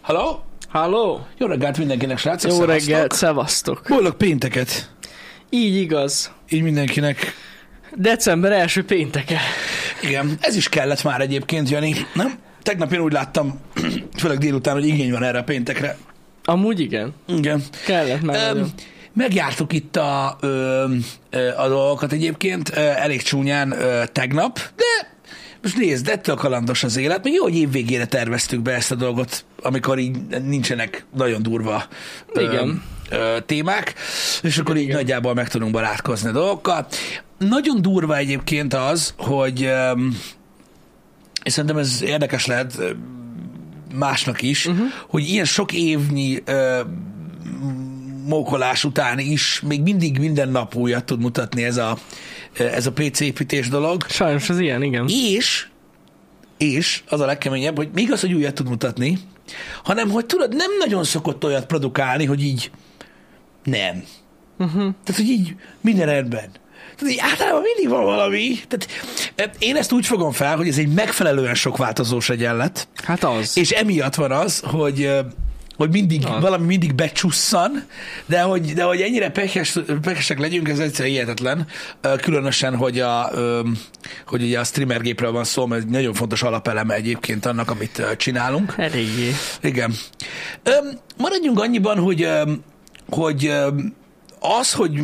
Halló? Halló? Jó reggelt mindenkinek, srácok! Jó szevasztok! reggelt, szevasztok. Boldog pénteket! Így igaz. Így mindenkinek. December első pénteke. Igen, ez is kellett már egyébként, Jani, nem? Tegnap én úgy láttam, főleg délután, hogy igény van erre a péntekre. Amúgy igen. Igen. Kellett már Öm, nagyon. megjártuk itt a, ö, ö, a dolgokat egyébként, ö, elég csúnyán ö, tegnap, de most nézd, ettől kalandos az élet. Még jó, hogy évvégére terveztük be ezt a dolgot, amikor így nincsenek nagyon durva ö, Igen. ö, témák, és akkor így Igen. nagyjából meg tudunk barátkozni a dolgokkal. Nagyon durva egyébként az, hogy ö, és szerintem ez érdekes lehet ö, másnak is, Mhm. uh-huh. hogy ilyen sok évnyi ö, m- mókolás után is még mindig minden nap újat tud mutatni ez a, ez a PC építés dolog. Sajnos az ilyen, igen. És, és az a legkeményebb, hogy még az, hogy újat tud mutatni, hanem hogy tudod, nem nagyon szokott olyat produkálni, hogy így nem. Uh-huh. Tehát, hogy így minden rendben. Tehát így általában mindig van valami. Tehát, eh, én ezt úgy fogom fel, hogy ez egy megfelelően sok változós egyenlet, Hát az. és emiatt van az, hogy eh, hogy mindig, Az. valami mindig becsusszan, de hogy, de hogy ennyire pekes, pekesek legyünk, ez egyszerűen hihetetlen. Eh, Különösen, hogy a, öm, hogy ugye a streamer gépről van szó, mert egy nagyon fontos alapeleme egyébként annak, amit eh, csinálunk. Eléggé. Igen. Öm, maradjunk annyiban, hogy, öm, hogy öm, az, hogy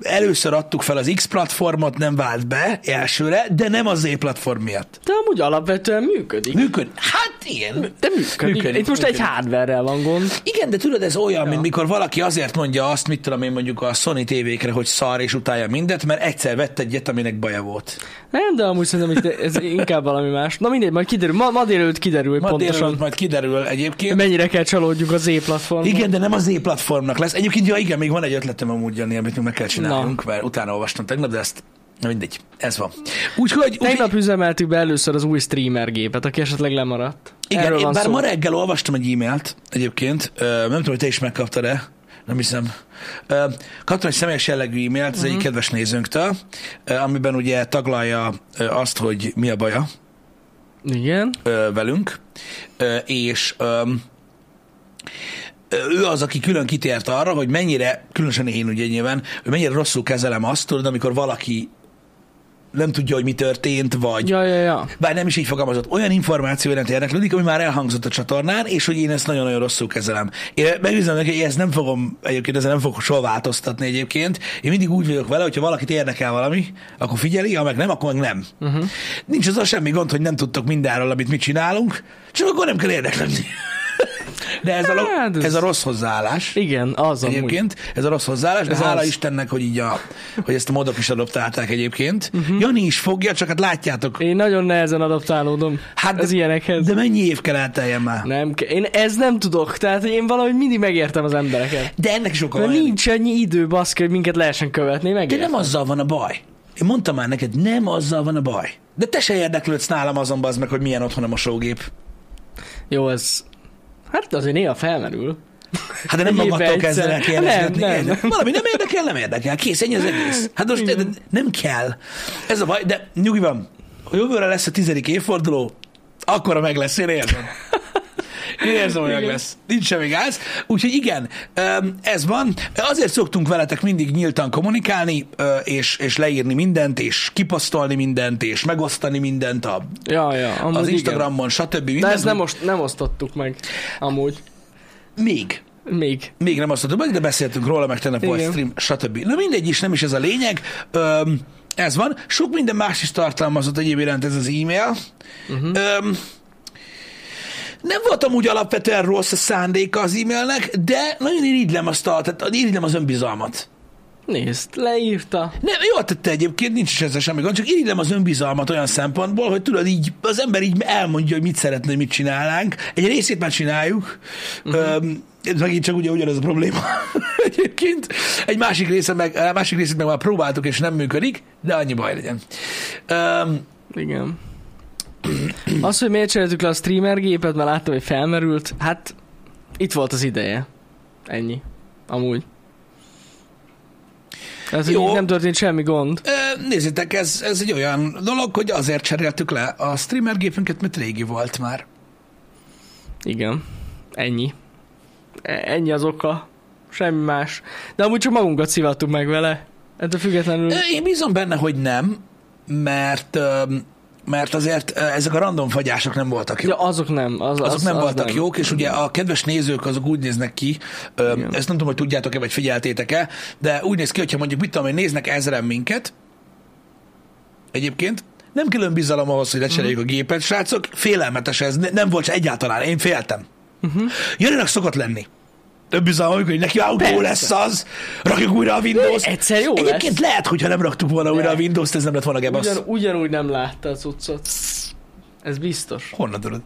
először adtuk fel az X platformot, nem vált be elsőre, de nem az Z platform miatt. De amúgy alapvetően működik. Működ? Hát igen. De működik. Működik, működik Itt most működik. egy hardware van gond. Igen, de tudod, ez olyan, ja. mint mikor valaki azért mondja azt, mit tudom én mondjuk a Sony tévékre, hogy szar és utálja mindet, mert egyszer vett egyet, aminek baja volt. Nem, de amúgy szerintem itt ez inkább valami más. Na mindegy, majd kiderül. Ma, ma délelőtt kiderül, hogy Ma pontosan délelőtt majd kiderül egyébként. mennyire kell csalódjunk az E-platformon. Igen, de nem az E-platformnak lesz. Egyébként, ja igen, még van egy ötletem amúgy, Jani, amit még meg kell csinálnunk, mert utána olvastam tegnap, de ezt na mindegy, ez van. Úgyhogy, Tegnap úgyhogy üzemeltük be először az új streamer gépet, aki esetleg lemaradt. igen, Erről én van bár szó. ma reggel olvastam egy e-mailt egyébként, ö, nem tudom, hogy te is megkaptad-e, nem hiszem. Ö, Kaptam egy személyes jellegű e-mailt az Mhm. egyik kedves nézőnktől, ö, amiben ugye taglalja ö, azt, hogy mi a baja, Igen. ö, velünk, ö, és öm, ő az, aki külön kitért arra, hogy mennyire, különösen én ugye nyilván, hogy mennyire rosszul kezelem azt, tudod, amikor valaki nem tudja, hogy mi történt, vagy Ja, ja, ja. bár nem is így fogalmazott, olyan információ iránt érdeklődik, ami már elhangzott a csatornán, és hogy én ezt nagyon-nagyon rosszul kezelem. Én megüzenem neki, hogy ezt nem fogom, egyébként ezzel nem fogok soha változtatni egyébként. Én mindig úgy vagyok vele, hogyha valakit érdekel valami, akkor figyeli, ha meg nem, akkor meg nem. Mhm. Uh-huh. Nincs azzal semmi gond, hogy nem tudtok mindenről, amit mi csinálunk, csak akkor nem kell érdeklődni. De ez a, Hát, lo- ez- ez a rossz hozzáállás. Igen, az amúgy. Egyébként ez a rossz hozzáállás, de Ez hála az. Istennek, hogy így a, hogy ezt a modok is adoptálták egyébként. Mhm. Uh-huh. Jani is fogja, csak hát látjátok, Én nagyon nehezen adaptálódom Hát hát de- az ilyenekhez. De De... mennyi év kell elteljen már? Nem, ke- én ez nem tudok, tehát hogy én valahogy mindig megértem az embereket. De ennek is oka Mert van. nincs annyi idő, baszki, hogy minket lehessen követni, De megértem. nem azzal van a baj. Én mondtam már neked, nem azzal van a baj. De te se érdeklődsz nálam azon az meg, hogy milyen otthon a mosógép. Jó, ez... Hát azért néha felmerül. Hát de nem Évbe magadtól egyszer. kezdenek Nem, kérdezni. nem, nem. Valami nem érdekel, nem érdekel. Kész, ennyi az egész. Hát most de, nem kell. Ez a baj, de nyugi van. Ha jövőre lesz a tizedik évforduló, akkora meg lesz, én érzem. Én érzem, hogy meg lesz. Nincs semmi gáz. Úgyhogy igen, öm, ez van. Azért szoktunk veletek mindig nyíltan kommunikálni, ö, és, és leírni mindent, és kiposztolni mindent, és megosztani mindent a, Ja, ja, amúgy az igen. Instagramon, stb. De Mindent. ezt nem, most, nem osztottuk meg, amúgy. Még. Még. Még nem azt mondtam, meg, de beszéltünk róla, meg tegnap volt Igen. stream, stb. Na mindegy is, nem is ez a lényeg. Öm, ez van. Sok minden más is tartalmazott egyéb iránt ez az e-mail. Uh-huh. Öm, nem voltam úgy alapvetően rossz a szándéka az e-mailnek, de nagyon irigylem azt a, tehát irigylem az önbizalmat. Nézd, leírta. Nem, jól tette egyébként, nincs is ezzel semmi gond, csak irigylem az önbizalmat olyan szempontból, hogy tudod, így az ember így elmondja, hogy mit szeretne, hogy mit csinálnánk. Egy részét már csináljuk, uh-huh. ez megint csak ugye ugyanaz a probléma egyébként. Egy másik, része meg, a másik részét meg már próbáltuk, és nem működik, de annyi baj legyen. Öm, Igen. Az, hogy miért cseréltük le a streamer gépet, mert láttam, hogy felmerült, hát itt volt az ideje. Ennyi. Amúgy. Ez Jó. így nem történt semmi gond. Ö, Nézzétek, ez, ez egy olyan dolog, hogy azért cseréltük le a streamer gépünket, mert régi volt már. Igen. Ennyi. E- Ennyi az oka. Semmi más. De amúgy csak magunkat szivattuk meg vele. Ettől függetlenül... Ö, Én bízom benne, hogy nem, mert öm, mert azért ö, ezek a random fagyások nem voltak jók. Ja, azok nem. Az, Azok az, nem az voltak nem. jók, és ugye a kedves nézők azok úgy néznek ki, ö, ezt nem tudom, hogy tudjátok-e, vagy figyeltétek-e, de úgy néz ki, hogyha mondjuk mit tudom, hogy néznek ezeren minket, egyébként, nem külön bizalom ahhoz, hogy lecseréljük Mhm. a gépet, srácok, félelmetes ez, ne- nem volt se egyáltalán, én féltem. Mhm. Uh-huh. Jönnek szokott lenni. Több bizalmam, hogy neki autó Persze. lesz az, rakjuk újra a Windows. Egyszer jó lesz. Egyébként lehet, hogyha nem raktuk volna újra De. a Windows-t, ez nem lett volna gebasz. Ugyan, ugyanúgy nem látta az utcot. Ez biztos. Honnan tudod?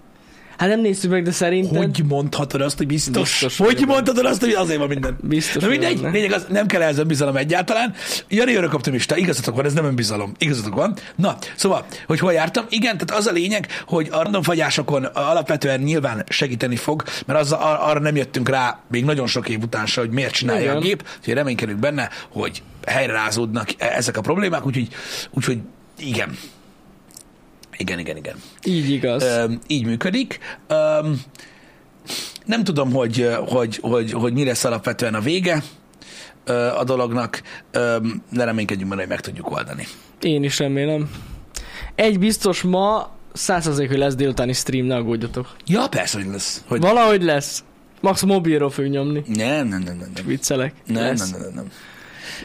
Hát nem néztük meg, de szerintem... Hogy mondhatod azt, hogy biztos? Biztos hogy vagyok. mondhatod azt, hogy azért van minden? Biztos Na mindegy, vagyok benne. lényeg az, nem kell ezzel bizalom egyáltalán. Jani örök optimista, igazatok van, ez nem önbizalom, igazatok van. Na, szóval, hogy hol jártam? Igen, tehát az a lényeg, hogy a random fagyásokon alapvetően nyilván segíteni fog, mert az, ar- arra nem jöttünk rá még nagyon sok év után se, hogy miért csinálja Igen. a gép, úgyhogy reménykedünk benne, hogy helyre rázódnak e- ezek a problémák, úgyhogy, úgyhogy igen. Igen, igen, igen. Így igaz. Öm, így működik. Öm, nem tudom, hogy, hogy, hogy, hogy mi lesz alapvetően a vége ö, a dolognak, öm, de reménykedjünk benne, hogy meg tudjuk oldani. Én is remélem. Egy biztos ma, százszerzék, hogy lesz délutáni stream, ne aggódjatok. Ja, persze, hogy lesz. Hogy... Valahogy lesz. Max mobilról fog nyomni. Nem, nem, nem, nem. Nem, Viccelek. nem, lesz. nem, nem, nem, nem.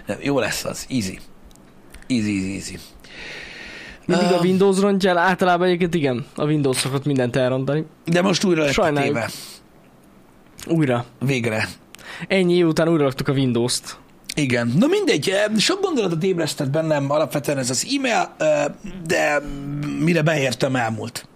nem. Jó lesz az. Easy. Easy, easy, easy. Mindig a Öm. Windows rontja el, általában egyébként igen, a Windows szokott mindent elrontani. De most újra lett Sajnáljuk. téve. Újra. Végre. Ennyi év után újra raktuk a Windows-t. Igen. Na mindegy, eh, sok gondolatot ébresztett bennem alapvetően ez az e-mail, eh, de mire beértem, elmúlt.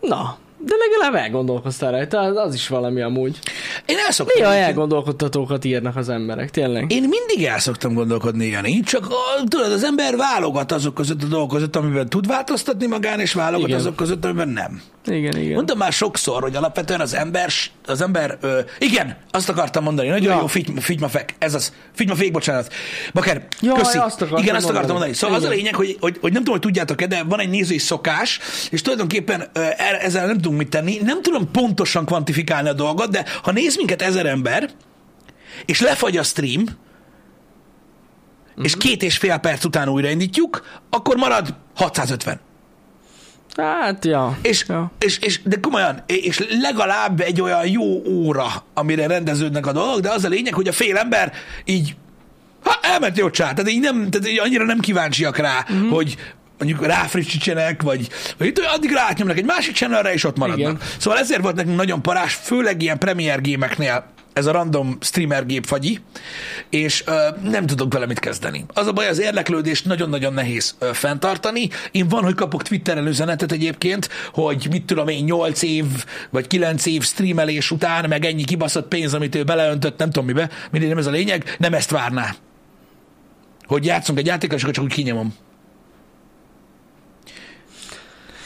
Na, de legalább elgondolkoztál rajta, az- az is valami amúgy. Én elszoktam. Néha egyébként. elgondolkodtatókat írnak az emberek, tényleg. Én mindig el szoktam gondolkodni, Jani, csak a, tudod, az ember válogat azok között a dolgok között, amiben tud változtatni magán, és válogat Igen. azok között, amiben nem. Igen, igen. Mondtam már sokszor, hogy alapvetően az ember, s- az ember, ö, igen, azt akartam mondani, nagyon Ja. jó figy, figymafek, ez az, figymafék, bocsánat. Baker, Jaj, köszi. azt akartam igen, azt akartam mondani. mondani. Szóval az a Igen. lényeg, hogy, hogy, hogy nem tudom, hogy tudjátok-e, de van egy nézői szokás, és tulajdonképpen ö, er- ezzel nem tudunk mit tenni. Nem tudom pontosan kvantifikálni a dolgot, de ha néz minket ezer ember, és lefagy a stream, Mhm. és két és fél perc után újraindítjuk, akkor marad 650. Hát, ja. És, ja. és, és, de komolyan, és legalább egy olyan jó óra, amire rendeződnek a dolgok, de az a lényeg, hogy a fél ember így, ha elment jó csár, tehát így nem, tehát így annyira nem kíváncsiak rá, mm-hmm. hogy mondjuk ráfrissítsenek, vagy, vagy itt, addig rátnyomnak egy másik channelre, és ott maradnak. Igen. Igen. Szóval ezért volt nekünk nagyon parás, főleg ilyen premier gémeknél ez a random streamer gép fagyi, és ö, nem tudok vele mit kezdeni. Az a baj, az érdeklődést nagyon-nagyon nehéz ö, fenntartani. Én van, hogy kapok Twitteren üzenetet egyébként, hogy mit tudom én, 8 év vagy 9 év streamelés után, meg ennyi kibaszott pénz, amit ő beleöntött, nem tudom mibe, mindig nem ez a lényeg, nem ezt várná. Hogy játszunk egy játékkal, és akkor csak úgy kinyomom.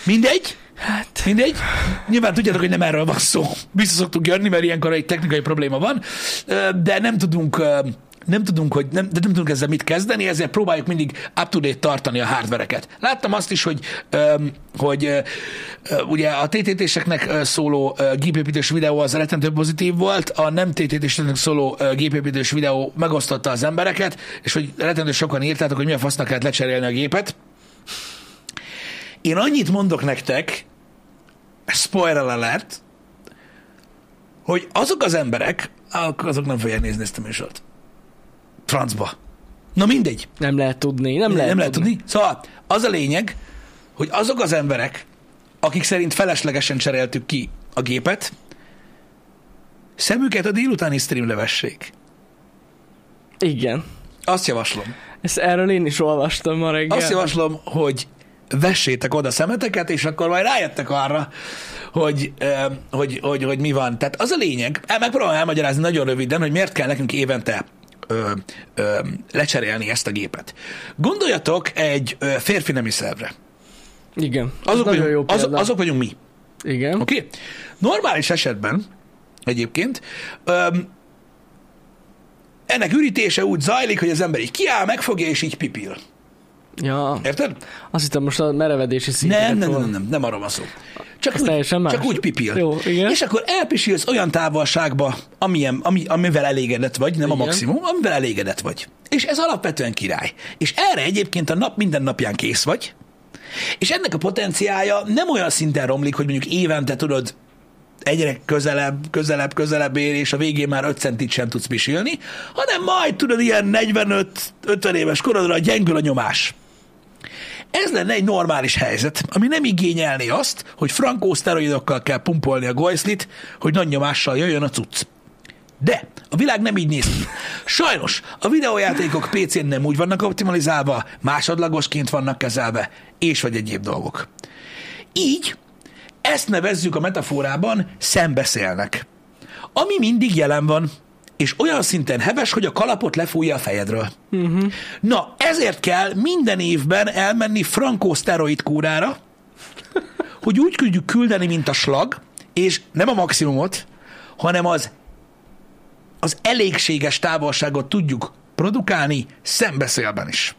Mindegy, Hát, Mindegy. Nyilván tudjátok, hogy nem erről van szó. Vissza szoktunk jönni, mert ilyenkor egy technikai probléma van, Ö, de nem tudunk ö, nem tudunk, hogy nem, de nem tudunk ezzel mit kezdeni, ezért próbáljuk mindig up to date tartani a hardvereket. Láttam azt is, hogy, öm, hogy ö, ö, ugye a TTT-seknek ö, szóló ö, gépépítős videó az rettentő pozitív volt, a nem TTT-seknek szóló ö, gépépítős videó megosztotta az embereket, és hogy rettentő sokan írtátok, hogy mi a fasznak kellett lecserélni a gépet. Én annyit mondok nektek, spoiler alert, hogy azok az emberek, ak- azok nem fogják nézni ezt a műsort. Francba. Na mindegy. nem lehet tudni, nem lehet, nem lehet tudni. Szóval az a lényeg, hogy azok az emberek, akik szerint feleslegesen cseréltük ki a gépet, szemüket a délutáni streamre vessék. Igen. Azt javaslom. Ezt erről én is olvastam ma reggel. Azt javaslom, hogy vessétek oda szemeteket, és akkor majd rájöttek arra, hogy, eh, hogy, hogy, hogy mi van. Tehát az a lényeg, el- megpróbálom elmagyarázni nagyon röviden, hogy miért kell nekünk évente ö, ö, lecserélni ezt a gépet. Gondoljatok egy ö, férfi nemi szervre. Igen. Ez Azok, nagyon jó vagyunk, az, példa. azok vagyunk mi. Igen. Oké? Okay? Normális esetben egyébként öm, ennek ürítése úgy zajlik, hogy az ember így kiáll, megfogja és így pipil. Ja. Érted? Azt hittem most a merevedési szintet. Nem, nem, nem, nem, nem arról van szó. Csak, Az úgy, teljesen más. csak úgy pipil. Jó, igen. És akkor elpisilsz olyan távolságba, amilyen, ami, amivel elégedett vagy, nem a Igen. maximum, amivel elégedett vagy. És ez alapvetően király. És erre egyébként a nap minden napján kész vagy, és ennek a potenciája nem olyan szinten romlik, hogy mondjuk évente tudod egyre közelebb, közelebb, közelebb ér, és a végén már 5 centit sem tudsz pisilni, hanem majd tudod ilyen 45-50 éves korodra gyengül a nyomás. Ez lenne egy normális helyzet, ami nem igényelni azt, hogy frankó szteroidokkal kell pumpolni a gojszlit, hogy nagy nyomással jöjjön a cucc. De a világ nem így néz ki. Sajnos a videójátékok PC-n nem úgy vannak optimalizálva, másodlagosként vannak kezelve, és vagy egyéb dolgok. Így ezt nevezzük a metaforában szembeszélnek. Ami mindig jelen van, és olyan szinten heves, hogy a kalapot lefújja a fejedről. Uh-huh. Na, ezért kell minden évben elmenni frankó szteroid kúrára, hogy úgy tudjuk küldeni, mint a slag, és nem a maximumot, hanem az, az elégséges távolságot tudjuk produkálni szembeszélben is.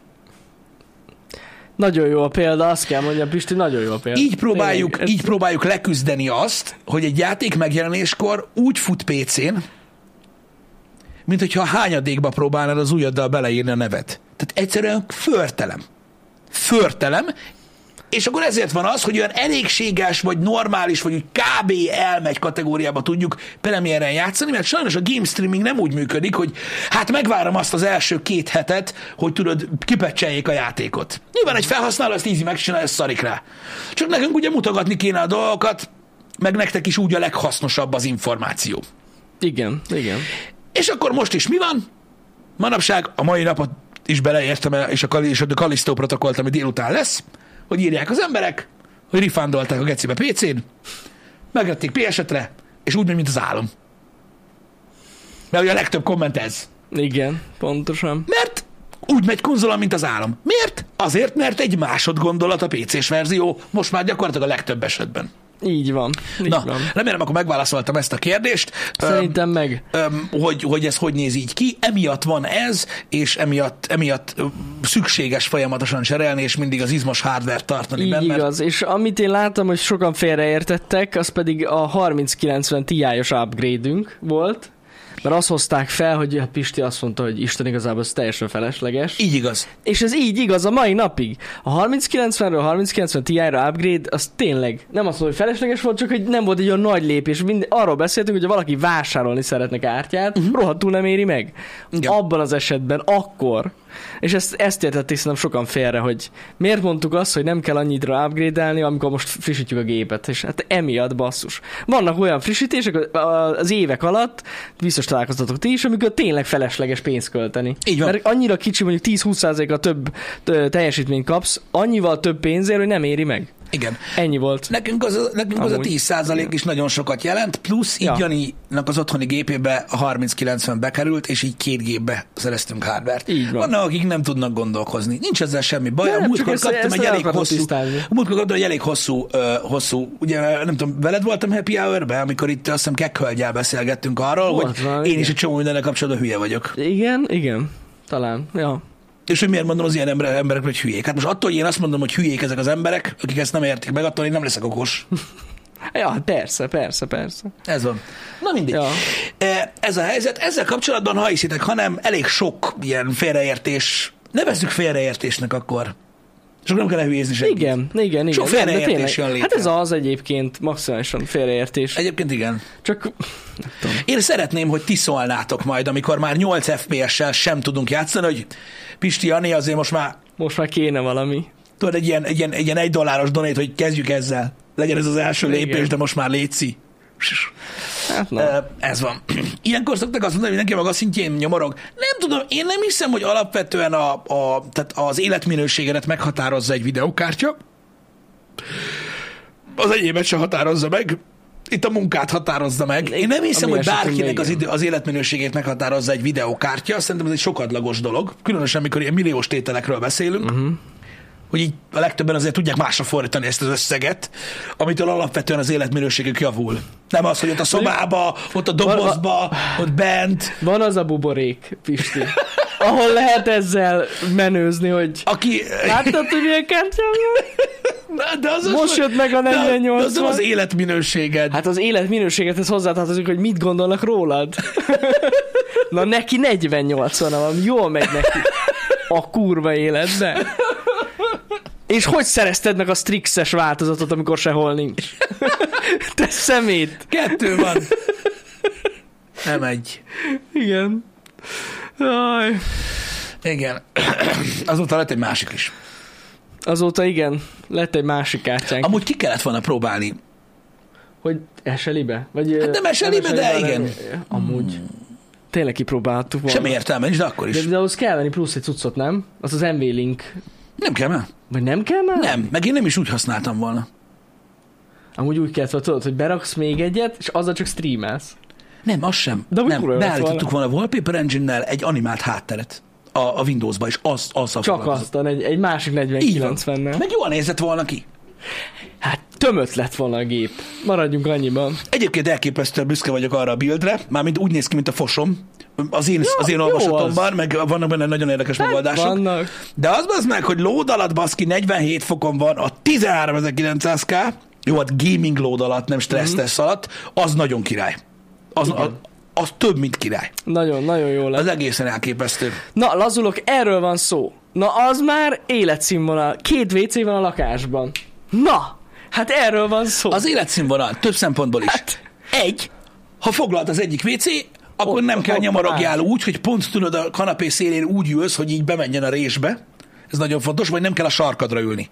Nagyon jó a példa, azt kell mondjam, Pisti, nagyon jó a példa. Így próbáljuk, Tényleg, így próbáljuk leküzdeni azt, hogy egy játék megjelenéskor úgy fut PC-n, mint hogyha a hányadékba próbálnád az ujjaddal beleírni a nevet. Tehát egyszerűen förtelem. Förtelem, és akkor ezért van az, hogy olyan elégséges, vagy normális, vagy úgy kb. elmegy kategóriába tudjuk premieren játszani, mert sajnos a game streaming nem úgy működik, hogy hát megvárom azt az első két hetet, hogy tudod, kipecseljék a játékot. Nyilván egy felhasználó ezt easy megcsinálja, ezt szarik rá. Csak nekünk ugye mutogatni kéne a dolgokat, meg nektek is úgy a leghasznosabb az információ. Igen, igen. És akkor most is mi van? Manapság a mai napot is beleértem, el, és a, Kali- és a Kalisztó protokollt, ami délután lesz, hogy írják az emberek, hogy rifándolták a gecibe PC-n, megvették PS-etre, és úgy megy, mint az álom. Mert ugye a legtöbb komment ez. Igen, pontosan. Mert úgy megy konzola, mint az állam. Miért? Azért, mert egy másod gondolat a PC-s verzió, most már gyakorlatilag a legtöbb esetben. Így van. Így Na, van. remélem, akkor megválaszoltam ezt a kérdést. Öm, Szerintem meg. öm, hogy, hogy ez hogy néz így ki. Emiatt van ez, és emiatt, emiatt ö, szükséges folyamatosan cserélni, és mindig az izmos hardware tartani Így benne. igaz, és amit én láttam, hogy sokan félreértettek, az pedig a 3090 Ti-os upgrade-ünk volt, mert azt hozták fel, hogy a Pisti azt mondta, hogy Isten igazából ez teljesen felesleges. Így igaz. És ez így igaz a mai napig. A 3090-ről 3090 Ti-ra upgrade, az tényleg nem azt mondom, hogy felesleges volt, csak hogy nem volt egy olyan nagy lépés. Mind, arról beszéltünk, hogy ha valaki vásárolni szeretne kártyát, Mhm. uh-huh. rohadtul nem éri meg. Igen. Abban az esetben, akkor. És ezt, ezt értették szerintem sokan félre, hogy miért mondtuk azt, hogy nem kell annyitra upgrade-elni, amikor most frissítjük a gépet. És hát emiatt basszus. Vannak olyan frissítések a- a- az évek alatt, biztos találkoztatok ti is, amikor tényleg felesleges pénzt költeni. Így van. Mert annyira kicsi, mondjuk 10-20%-a több ö, teljesítményt kapsz, annyival több pénzért, hogy nem éri meg. Igen. Ennyi volt. Nekünk az, nekünk az a Amúgy. 10 is nagyon sokat jelent, plusz így Ja. ja. Janinak az otthoni gépébe a 3090 bekerült, és így két gépbe szereztünk hardvert. Így van. Vannak, akik nem tudnak gondolkozni. Nincs ezzel semmi baj. Nem, a csak múltkor ezt- kaptam ezt egy el elég akartam hosszú, tisztázni. a múltkor kaptam egy elég hosszú, ö, hosszú, ugye nem tudom, veled voltam happy hour-ben, amikor itt azt hiszem kekkhölgyel beszélgettünk arról, Volt hogy valami, én igen. is egy csomó mindennel kapcsolatban hülye vagyok. Igen, igen. Talán. Ja. És hogy miért mondom az ilyen ember, emberekre, hogy hülyék? Hát most attól, hogy én azt mondom, hogy hülyék ezek az emberek, akik ezt nem értik meg, attól én nem leszek okos. Ja, persze, persze, persze. Ez van. Na mindig. Ja. Ja. Ez a helyzet. Ezzel kapcsolatban, ha hiszitek, hanem elég sok ilyen félreértés. Nevezzük félreértésnek akkor. Csak nem kell lehülyézni senkit. Igen, igen, igen. Sok nem, de félreértés tényleg. jön létre. Hát ez az egyébként maximálisan félreértés. Egyébként igen. Csak Én szeretném, hogy ti szólnátok majd, amikor már 8 FPS-sel sem tudunk játszani, hogy Pisti Jani azért most már most már kéne valami. tudod, egy ilyen egy, ilyen, egy, ilyen egy dolláros donét, hogy kezdjük ezzel. Legyen ez az első Igen. lépés, de most már létszi. Hát na. Ö, Ez van. Ilyenkor szoktak azt mondani, hogy mindenki a maga szintjén nyomorog. Nem tudom, én nem hiszem, hogy alapvetően a, a, tehát az életminőségedet meghatározza egy videókártya. Az enyémet se határozza meg. Itt a munkát határozza meg. Én nem hiszem, Ami hogy esetünkben bárkinek igen. az, idő, az életminőségét meghatározza egy videókártya. Szerintem ez egy sokadlagos dolog. Különösen, amikor ilyen milliós tételekről beszélünk. Uh-huh hogy így a legtöbben azért tudják másra fordítani ezt az összeget, amitől alapvetően az életminőségük javul. Nem az, hogy ott a szobába, ott a dobozba, ott bent. Van az a buborék, Pisti, ahol lehet ezzel menőzni, hogy Aki... láttad, hogy milyen kártyám van? Na, de az Hát, Most jött meg a de- De 48 az, nem az életminőséged. Hát, Hát az élet minőséget ez hozzátartozik, hogy mit gondolnak rólad. Na neki 48 van, van, jól megy neki a kurva életbe. És hogy szerezted meg a Strixes változatot, amikor sehol nincs? Te szemét! Kettő van. Nem egy. Igen. Aj. Igen. Azóta lett egy másik is. Azóta igen, lett egy másik kártyánk, Amúgy ki kellett volna próbálni. hogy eselibe? Vagy, hát nem eselibe, de Hmm. Amúgy. Tényleg kipróbáltuk volna. Semmi értelme nincs, de akkor De, is. de ahhoz kell venni plusz egy cuccot, nem? Az az MV-link. Nem kell, nem? Vagy nem kell már? Nem, meg én nem is úgy használtam volna. Amúgy úgy kellett, volna, tudod, hogy beraksz még egyet, és azzal csak streamelsz. Nem, az sem. De amúgy nem, kurva jó lett beállítottuk volna a Wallpaper Engine-nel egy animált hátteret a, a Windows-ba, és azt, azt Csak aztán egy, egy másik Így van. 4090-nel. Meg jól nézett volna ki. Hát tömött lett volna a gép. Maradjunk annyiban. Egyébként elképesztően büszke vagyok arra a buildre, mármint úgy néz ki, mint a fosom. Az én, az én jó Hát olvasatomban, meg vannak benne nagyon érdekes megoldások. Vannak. De az az meg, hogy lód alatt baszki 47 fokon van a 13900K, jó, hát gaming lód alatt, nem Mhm. stressz tesz alatt, az nagyon király. Az, az, az több, mint király. Nagyon, nagyon jó lett. Az egészen elképesztő. Na, lazulok, erről van szó. Na, az már életszínvonal. Két WC van a lakásban. Na, hát erről van szó. Az hát, életszínvonal több szempontból is. egy. Ha foglalt az egyik WC, akkor Ott- nem kell ott nyomorogjál úgy, hogy pont tudod a kanapé szélén úgy ülsz, hogy így bemenjen a résbe. Ez nagyon fontos, vagy nem kell a sarkadra ülni.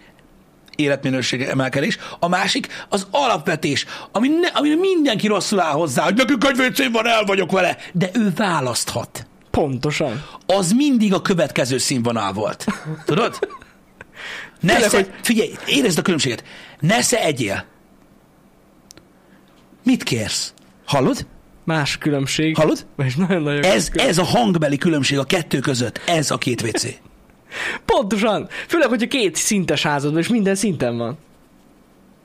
Életminőség emelkedés. A másik az alapvetés, ami, ne, ami mindenki rosszul áll hozzá, hogy nekünk egy WC van, el vagyok vele, de ő választhat. Pontosan. Az mindig a következő színvonal volt. Tudod? Ne Tényleg, sze, hogy- Figyelj, érezd a különbséget. Ne se egyél. Mit kérsz? Hallod? Más különbség. Hallod? És nagyon-nagyon Ez, ez a hangbeli különbség a kettő között, ez a két WC. Pontosan. Főleg, hogyha két szintes házadban, és minden szinten van.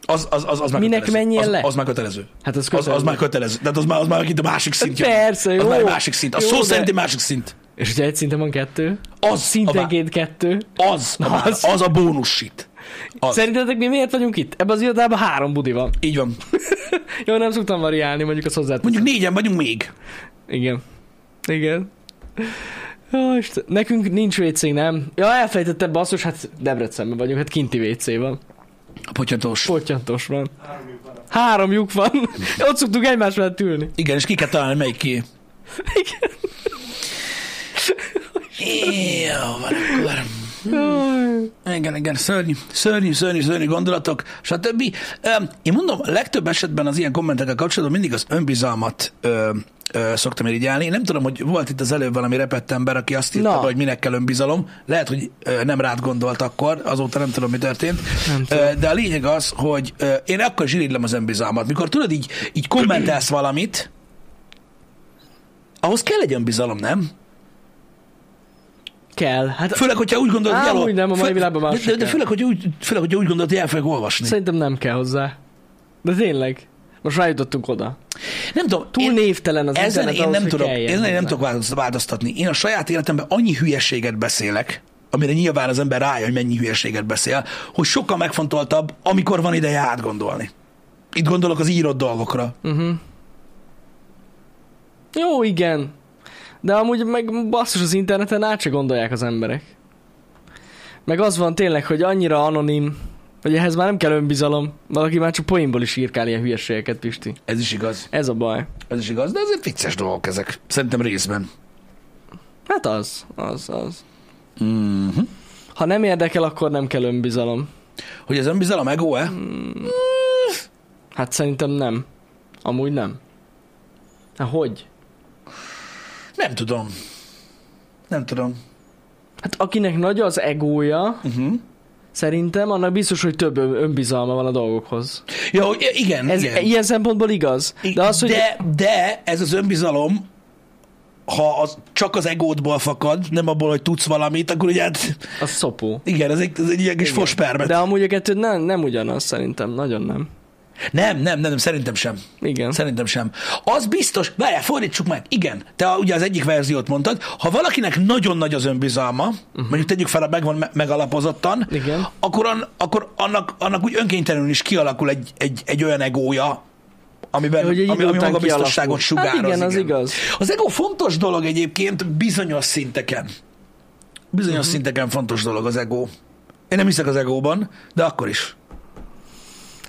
Az, az, az, az már Minek kötelező. menjen az, le? Az már kötelező. Hát az Az, az kötelező. már kötelező. Tehát az már, az már megint a másik szintje. Persze, Az jó. már egy másik szint. A Jó, szó de- szerinti másik szint. És hogyha egy szinten van kettő, Az a, bá- szintenként kettő. az, a bá- Az. az a bónus shit. Az. Szerintetek mi miért vagyunk itt? Ebben az irodában három budi van. Így van. Jó, nem szoktam variálni, mondjuk azt hozzá. Mondjuk négyen vagyunk még. Igen. Igen. Jó, Isten. Nekünk nincs WC, nem? Ja, elfelejtettem, basszus, hát Debrecenben vagyunk, hát kinti WC van. A potyantós. Pottyantos van. Három lyuk van. Ott szoktuk egymás mellett ülni. Igen, és ki kell találni, melyik ki. Igen. Jó, van akkor. Igen, igen, szörnyű, szörnyű, szörnyű, szörnyű gondolatok, stb. Öm, Én mondom, a legtöbb esetben az ilyen kommentekkel kapcsolatban mindig az önbizalmat ö, ö, szoktam irigyelni. Én Nem tudom, hogy volt itt az előbb valami repett ember, aki azt írta, Na. be, hogy minek kell önbizalom. Lehet, hogy ö, nem rád gondolt akkor, azóta nem tudom, mi történt. Nem Ö, De a lényeg az, hogy ö, én akkor is irigylem az önbizalmat. Mikor tudod, így, így kommentelsz valamit, ahhoz kell egy önbizalom, nem? Kell. Hát Főleg, hogyha úgy gondolod, Á, hogy úgy nem, a mai fő- világban már de, de, se de kell. Szóval főleg, hogy úgy, főleg, hogy úgy gondolod, hogy el fogok olvasni. szerintem nem kell hozzá. De tényleg. Most rájutottunk oda. nem tudom, Túl én- névtelen az ezen internet én ahhoz, nem hogy tudok, kelljen ezen én nem hozzá. tudok változ- változtatni. Én a saját életemben annyi hülyeséget beszélek, amire nyilván az ember rájön, hogy mennyi hülyeséget beszél, hogy sokkal megfontoltabb, amikor van ideje átgondolni. Itt gondolok az írott dolgokra. Mhm. Jó, igen. De amúgy meg basszus az interneten át se gondolják az emberek. Meg az van tényleg, hogy annyira anonim, hogy ehhez már nem kell önbizalom. Valaki már csak poénból is írkál ilyen hülyeségeket, Pisti. Ez is igaz, Ez a baj. ez is igaz, de azért vicces dolgok ezek. Szerintem részben. Hát az, az, az. Mm-hmm. Ha nem érdekel, akkor nem kell önbizalom. Hogy az önbizalom ego-e? Hát szerintem nem. Amúgy nem. Hát hogy? Nem tudom. Nem tudom. Hát akinek nagy az egója, Uh-huh. szerintem annak biztos, hogy több ön- önbizalma van a dolgokhoz. Ja, hogy- igen, Ez igen. ilyen szempontból igaz. De az, hogy de, de ez az önbizalom, ha az, csak az egódból fakad, nem abból, hogy tudsz valamit, akkor ugye hát, az szopó. igen, ez egy, ez egy ilyen kis fospermet. De amúgy a kettő nem, nem ugyanaz szerintem, nagyon nem. Nem, nem, nem, nem, szerintem sem. Igen. Szerintem sem. Az biztos, várjál, fordítsuk meg, igen, te a- ugye az egyik verziót mondtad, ha valakinek nagyon nagy az önbizalma, uh-huh. mondjuk tegyük fel, a megvan me- megalapozottan, Mhm. Igen. akkor, an, akkor annak, annak úgy önkéntelenül is kialakul egy, egy, egy olyan egója, amiben, Hogy egy ami, idő ami után maga biztosságot kialakul. Hát sugároz. igen, az igaz. Az ego fontos dolog egyébként bizonyos szinteken. Bizonyos Mhm. uh-huh. szinteken fontos dolog az ego. Én nem hiszek az egóban, de akkor is.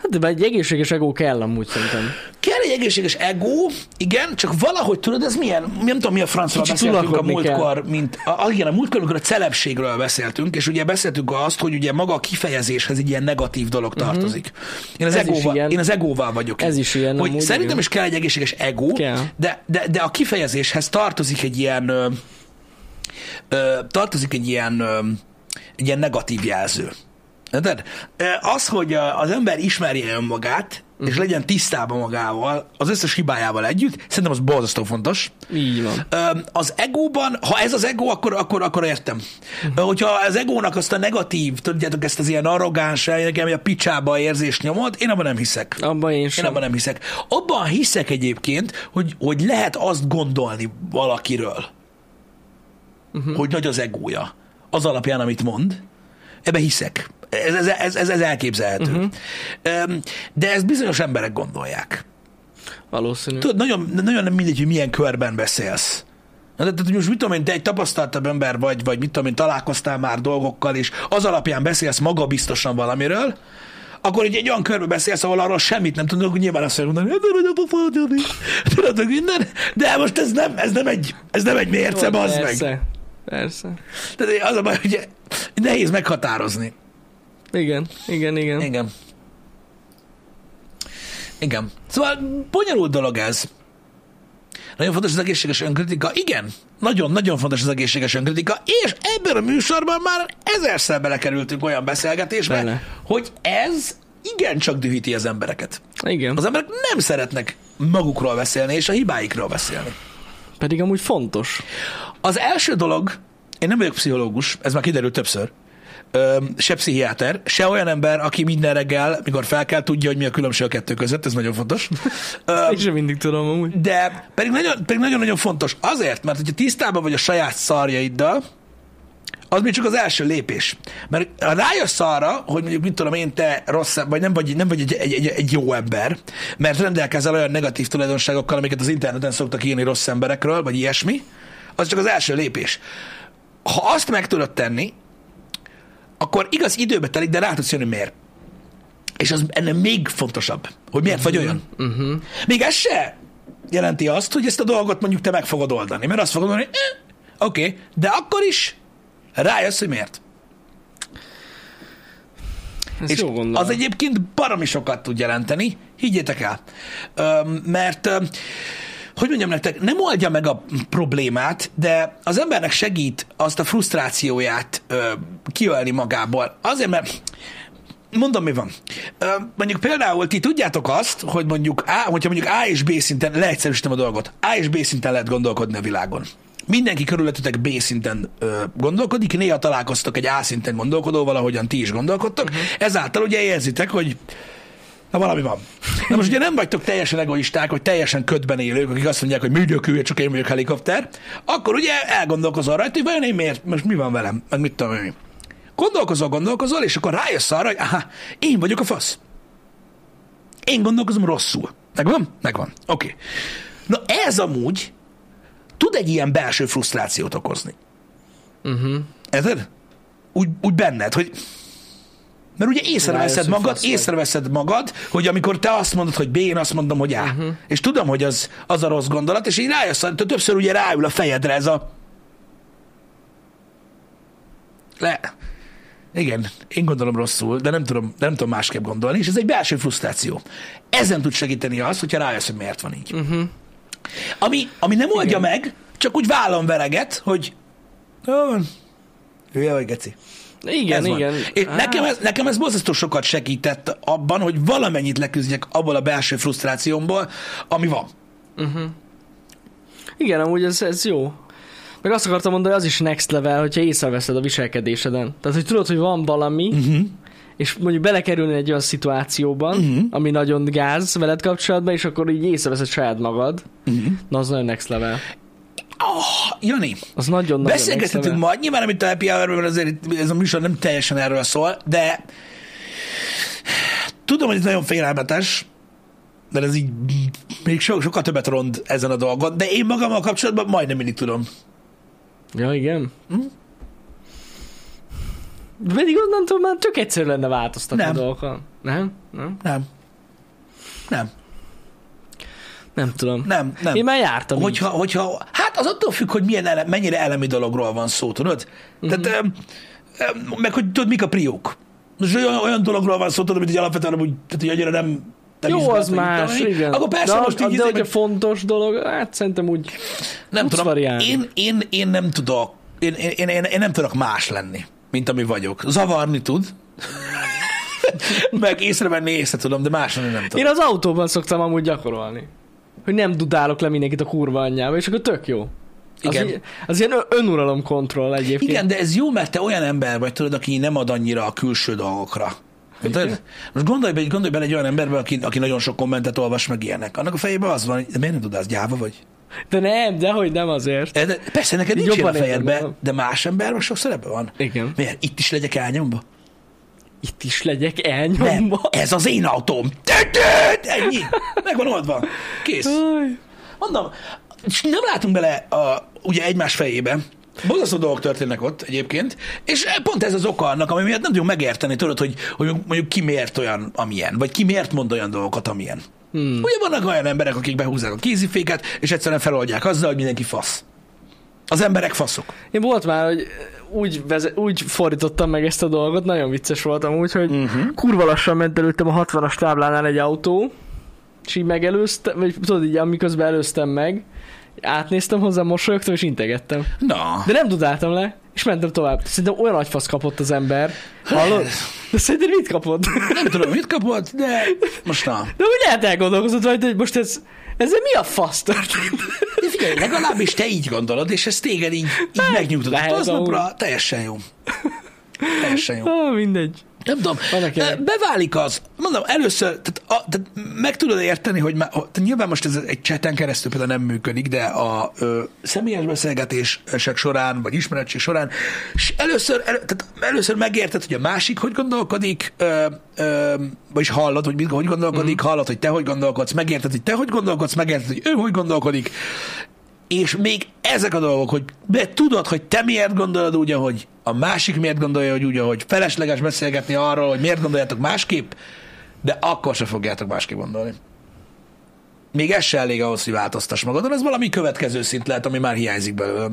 Hát de egy egészséges egó kell amúgy szerintem. Kell egy egészséges ego, igen, csak valahogy tudod, ez milyen, nem tudom, mi a francról Kicsit beszéltünk a uralkodni múltkor, mint, a, a- igen, a múltkor, amikor a celebségről beszéltünk, és ugye beszéltünk azt, hogy ugye maga a kifejezéshez egy ilyen negatív dolog tartozik. Én az, Mhm. Ez is egóval, ilyen. én az egóval vagyok. Ez is ilyen, Hogy amúgy, szerintem igen. is kell egy egészséges ego, Kell. de, de, de a kifejezéshez tartozik egy ilyen, ö, ö, tartozik egy ilyen, ö, egy ilyen negatív jelző. Érted? Ö, Az, hogy ö, az ember ismerje önmagát, és legyen tisztában magával, az összes hibájával együtt, szerintem az borzasztó fontos. Így van. Ö, Az egóban, ha ez az ego, akkor, akkor, akkor értem. Ö, Hogyha az egónak azt a negatív, tudjátok, ezt az ilyen arrogáns, nekem a picsába érzést nyomod, én abban nem hiszek. Abban én Én sem. abban nem hiszek. Abban hiszek egyébként, hogy, hogy lehet azt gondolni valakiről, uh-huh. hogy nagy az egója. Az alapján, amit mond. Ebbe hiszek. Ez, ez, ez, ez, ez elképzelhető. Uh-huh. De ezt bizonyos emberek gondolják. Valószínű. Tudod, nagyon, nagyon nem mindegy, hogy milyen körben beszélsz. Na, de, de, de most mit tudom én, te egy tapasztaltabb ember vagy, vagy mit tudom én, találkoztál már dolgokkal, és az alapján beszélsz magabiztosan valamiről, akkor egy, egy olyan körbe beszélsz, ahol arról semmit nem tudok, hogy nyilván azt fogják mondani, hogy nem vagyok a pofádani, tudod, hogy minden, de most ez nem, ez nem egy, ez nem egy mérce, bazd meg. Persze. Persze. Tehát az a baj, hogy nehéz meghatározni. Igen, igen, igen. Igen. Igen. Szóval bonyolult dolog ez. Nagyon fontos az egészséges önkritika. Igen, nagyon-nagyon fontos az egészséges önkritika, és ebben a műsorban már ezerszer belekerültünk olyan beszélgetésbe, Bele. hogy ez igencsak dühíti az embereket. Igen. Az emberek nem szeretnek magukról beszélni, és a hibáikról beszélni. Pedig amúgy fontos. Az első dolog, én nem vagyok pszichológus, ez már kiderült többször, Öm, se pszichiáter, se olyan ember, aki minden reggel, mikor fel kell, tudja, hogy mi a különbség a kettő között, ez nagyon fontos. Öm, Én sem mindig tudom amúgy. de pedig nagyon, pedig nagyon-nagyon fontos azért, mert hogyha tisztában vagy a saját szarjaiddal, az még csak az első lépés. Mert ha rájössz arra, hogy mondjuk, mit tudom én, te rossz, em- vagy nem vagy, nem vagy egy, egy, egy, egy jó ember, mert rendelkezel olyan negatív tulajdonságokkal, amiket az interneten szoktak írni rossz emberekről, vagy ilyesmi, az csak az első lépés. Ha azt meg tudod tenni, akkor igaz időbe telik, de rá tudsz jönni miért. És az ennél még fontosabb, hogy miért vagy olyan. Uh-huh. Még ez se jelenti azt, hogy ezt a dolgot mondjuk te meg fogod oldani, mert azt fogod mondani, eh, oké, okay, de akkor is rájössz, hogy miért. Ezt És jó gondolom. az egyébként baromi sokat tud jelenteni, higgyétek el. Öm, mert, öm, hogy mondjam nektek, nem oldja meg a problémát, de az embernek segít azt a frusztrációját ö, kiölni magából. Azért, mert mondom, mi van. Ö, mondjuk például ti tudjátok azt, hogy mondjuk A, hogyha mondjuk A és B szinten, leegyszerűsítem a dolgot, A és B szinten lehet gondolkodni a világon. Mindenki körülöttetek B szinten ö, gondolkodik, néha találkoztok egy A szinten gondolkodóval, ahogyan ti is gondolkodtok, uh-huh. ezáltal ugye érzitek, hogy Na valami van. Na most ugye nem vagytok teljesen egoisták, vagy teljesen ködben élők, akik azt mondják, hogy műgyökülje, csak én vagyok helikopter, akkor ugye elgondolkozol rajta, hogy vajon én miért, most mi van velem, meg mit tudom én. mi. Gondolkozol, gondolkozol, és akkor rájössz arra, hogy aha, én vagyok a fasz. Én gondolkozom rosszul. Megvan? Megvan. Oké. Okay. Na ez amúgy tud egy ilyen belső frusztrációt okozni. Uh-huh. Érted? Úgy, úgy benned, hogy mert ugye Rájössz, észreveszed hogy magad, fasz vagy. észreveszed magad, hogy amikor te azt mondod, hogy B, én azt mondom, hogy A. Uh-huh. És tudom, hogy az, az a rossz gondolat, és így rájössz, te többször ugye ráül a fejedre ez a... Le... Igen, én gondolom rosszul, de nem tudom, nem tudom másképp gondolni, és ez egy belső frusztráció. Ezen tud segíteni az, hogyha rájössz, hogy miért van így. Uh-huh. Ami, ami nem oldja Igen. meg, csak úgy vállon vereget, hogy jó van, hülye vagy, geci. Igen, Ez igen. Hát- Van. És nekem, ez, nekem ez borzasztó sokat segített abban, hogy valamennyit leküzdjek abból a belső frusztrációmból, ami van. Igen, amúgy ez, ez jó. Meg azt Mhm. akartam mondani, az is next level, hogyha észreveszed a viselkedéseden. Tehát, hogy tudod, hogy van valami, uh-huh. és mondjuk belekerülni egy olyan szituációban, uh-huh. ami nagyon gáz veled kapcsolatban, és akkor így észreveszed saját magad, Mhm. uh-huh. na az nagyon next level. Oh, Jani, Az nagyon nagyon next beszélgethetünk level. majd, nyilván amit a happy hour mert azért itt ez a műsor nem teljesen erről szól, de tudom, hogy ez nagyon félelmetes, mert ez így még so, sokkal többet rond ezen a dolgon, de én magammal kapcsolatban majdnem mindig tudom. Ja, igen. Mhm. De pedig onnantól már tök egyszerű lenne változtatni Nem. a dolgokon. Nem? Nem? Nem. Nem, Nem tudom. nem, nem. Én már jártam így. Hogyha, hogyha, hát az attól függ, hogy milyen ele, mennyire elemi dologról van szó, tudod? Tehát, Mhm. öm, öm, meg hogy tudod, mik a priók. Most olyan, olyan dologról van szó, tudod, amit így alapvetően úgy, tehát, hogy annyira nem... nem Jó, izgat, az vagy mit más, tudom én. igen. Akkor persze de, most így... De izé, hogyha meg- fontos dolog, hát szerintem úgy nem tudsz tudom, variálni. én, én, én nem tudok, én, én, én, én, én nem tudok más lenni, mint ami vagyok. Zavarni tud, meg észrevenni észre tudom, de más lenni nem tudom. Én az autóban szoktam amúgy gyakorolni. Hogy nem dudálok le mindenkit a kurva anyjába, és akkor tök jó. Az, Igen. i- az ilyen ö- önuralom kontroll egyébként. Igen, de ez jó, mert te olyan ember vagy, tudod, aki nem ad annyira a külső dolgokra. Tudod? Most gondolj, be, gondolj bele egy olyan emberbe, aki, aki nagyon sok kommentet olvas meg ilyenek. Annak a fejében az van, hogy de miért nem tudod, az gyáva vagy? De nem, dehogy nem azért. E, De persze neked nincs Jobban ilyen a fejedbe, értem. de más emberben sokszor ebben van. Igen. Miért? Itt is legyek elnyomba? Itt is legyek Nem, elnyomva. ez az én autóm. Tü-tüt! Ennyi. Megvan oldva. Kész. Aj. Mondom, és nem látunk bele a, ugye egymás fejébe. Borzasztó dolgok történnek ott egyébként, és pont ez az oka annak, ami miatt nem tudjuk megérteni, tudod, hogy, hogy mondjuk ki miért olyan, amilyen, vagy ki miért mond olyan dolgokat, amilyen. Hmm. Ugye vannak olyan emberek, akik behúzzák a kéziféket, és egyszerűen feloldják azzal, hogy mindenki fasz. Az emberek faszok. Én volt már, hogy úgy, veze- úgy fordítottam meg ezt a dolgot, nagyon vicces voltam úgy, hogy Mhm. uh-huh. kurva lassan ment előttem a 60-as táblánál egy autó, és így megelőztem, vagy tudod, így amiközben előztem meg, átnéztem hozzá, mosolyogtam és integettem. Na. De nem dudáltam le, és mentem tovább. Szerintem olyan nagy fasz kapott az ember. Hallod? De szerinted mit kapott? nem tudom, mit kapott, de most na. De úgy lehet elgondolkozott rajta, hogy most ez, ez mi a fasz történt? De figyelj, legalábbis te így gondolod, és ez téged így, így megnyugtatott. lehet Aznapra teljesen jó. Teljesen jó. Ah, mindegy. Nem tudom, Vannak ilyenek. beválik az, mondom, először, tehát, a, tehát meg tudod érteni, hogy már, tehát nyilván most ez egy cseten keresztül például nem működik, de a ö, személyes beszélgetések során, vagy ismeretség során, és először, elő, tehát először megérted, hogy a másik hogy gondolkodik, ö, ö, vagyis hallod, hogy mit, hogy gondolkodik, hallod, hogy te hogy gondolkodsz, megérted, hogy te hogy gondolkodsz, megérted, hogy ő hogy gondolkodik, és még ezek a dolgok, hogy de tudod, hogy te miért gondolod úgy, ahogy a másik miért gondolja, hogy úgy, ahogy felesleges beszélgetni arról, hogy miért gondoljátok másképp, de akkor se fogjátok másképp gondolni. Még ez se elég ahhoz, hogy változtass magadon, ez valami következő szint lehet, ami már hiányzik belőle.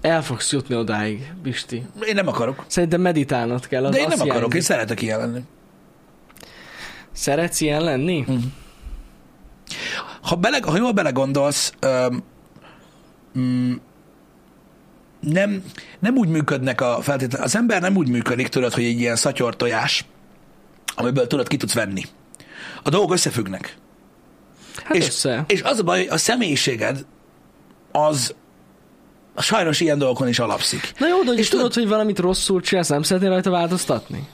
El fogsz jutni odáig, Pisti. Én nem akarok. Szerintem meditálnod kell. Az De én azt nem akarok, én hiányzik. szeretek ilyen lenni. Szeretsz ilyen lenni? Mm. ha, bele, ha jól belegondolsz, öm, mm, nem, nem úgy működnek a feltétlenül, az ember nem úgy működik, tudod, hogy egy ilyen szatyortojás, amiből tudod, ki tudsz venni. A dolgok összefüggnek. Hát és, és, össze. és az a baj, hogy a személyiséged az sajnos ilyen dolgokon is alapszik. Na jó, de hogy és és tudod, hogy valamit rosszul csinálsz, nem szeretnél rajta változtatni?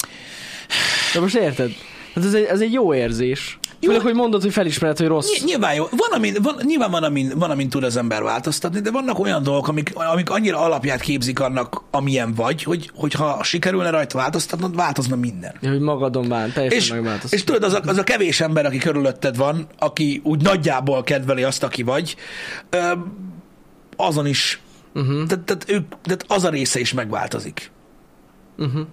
De most érted? Hát ez egy, ez egy jó érzés. Jó. Főleg, hogy mondod, hogy felismered, hogy rossz. Ny- nyilván jó. Van, amin, van, nyilván van amin, van, amin tud az ember változtatni, de vannak olyan dolgok, amik, amik annyira alapját képzik annak, amilyen vagy, hogy, hogyha sikerülne rajta változtatnod, változna minden. Ja, hogy magadon bán, teljesen És, megváltoztat. és tudod, az a, az a kevés ember, aki körülötted van, aki úgy nagyjából kedveli azt, aki vagy, ö, azon is, uh-huh. tehát, tehát, ők, tehát az a része is megváltozik. Uh-huh.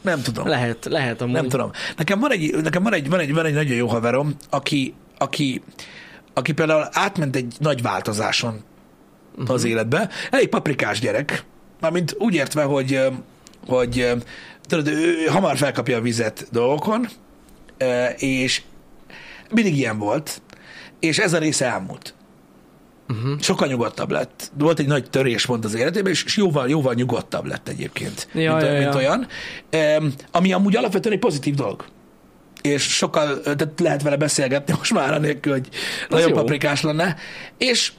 Nem tudom. Lehet, lehet amúgy. Nem tudom. Nekem van egy, nekem van egy, van egy, van egy nagyon jó haverom, aki, aki, aki például átment egy nagy változáson uh-huh. az életbe. Elég paprikás gyerek. Mármint úgy értve, hogy, ö, hogy ö, tudod, ő hamar felkapja a vizet dolgokon, ö, és mindig ilyen volt, és ez a része elmúlt. Mhm. Uh-huh. Sokkal nyugodtabb lett. Volt egy nagy töréspont az életében, és és jóval, jóval nyugodtabb lett egyébként, Ja, mint, ja, mint ja. olyan. Em, Ami amúgy alapvetően egy pozitív dolog. És sokkal, tehát lehet vele beszélgetni most már, anélkül, hogy nagyon jó. paprikás lenne. És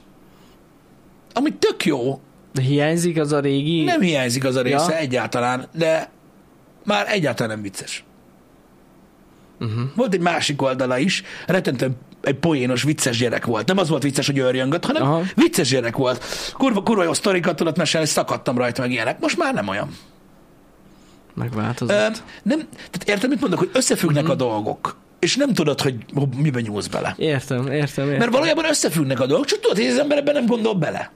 ami tök jó, De hiányzik az a régi... nem hiányzik az a része Ja. egyáltalán, de már egyáltalán nem vicces. Mhm. Uh-huh. Volt egy másik oldala is, rettentően egy poénos, vicces gyerek volt. Nem az volt vicces, hogy őrjöngött, hanem Aha. Aha. vicces gyerek volt. Kurva, kurva jó sztorikat tudott mesélni, szakadtam rajta meg ilyenek. Most már nem olyan. Megváltozott. Ö, nem, tehát érted, mit mondok, hogy összefüggnek uh-huh. a dolgok, és nem tudod, hogy miben nyúlsz bele. Mhm. Értem, értem, értem. Mert valójában összefüggnek a dolgok, csak tudod, hogy az ember ebben nem gondol bele.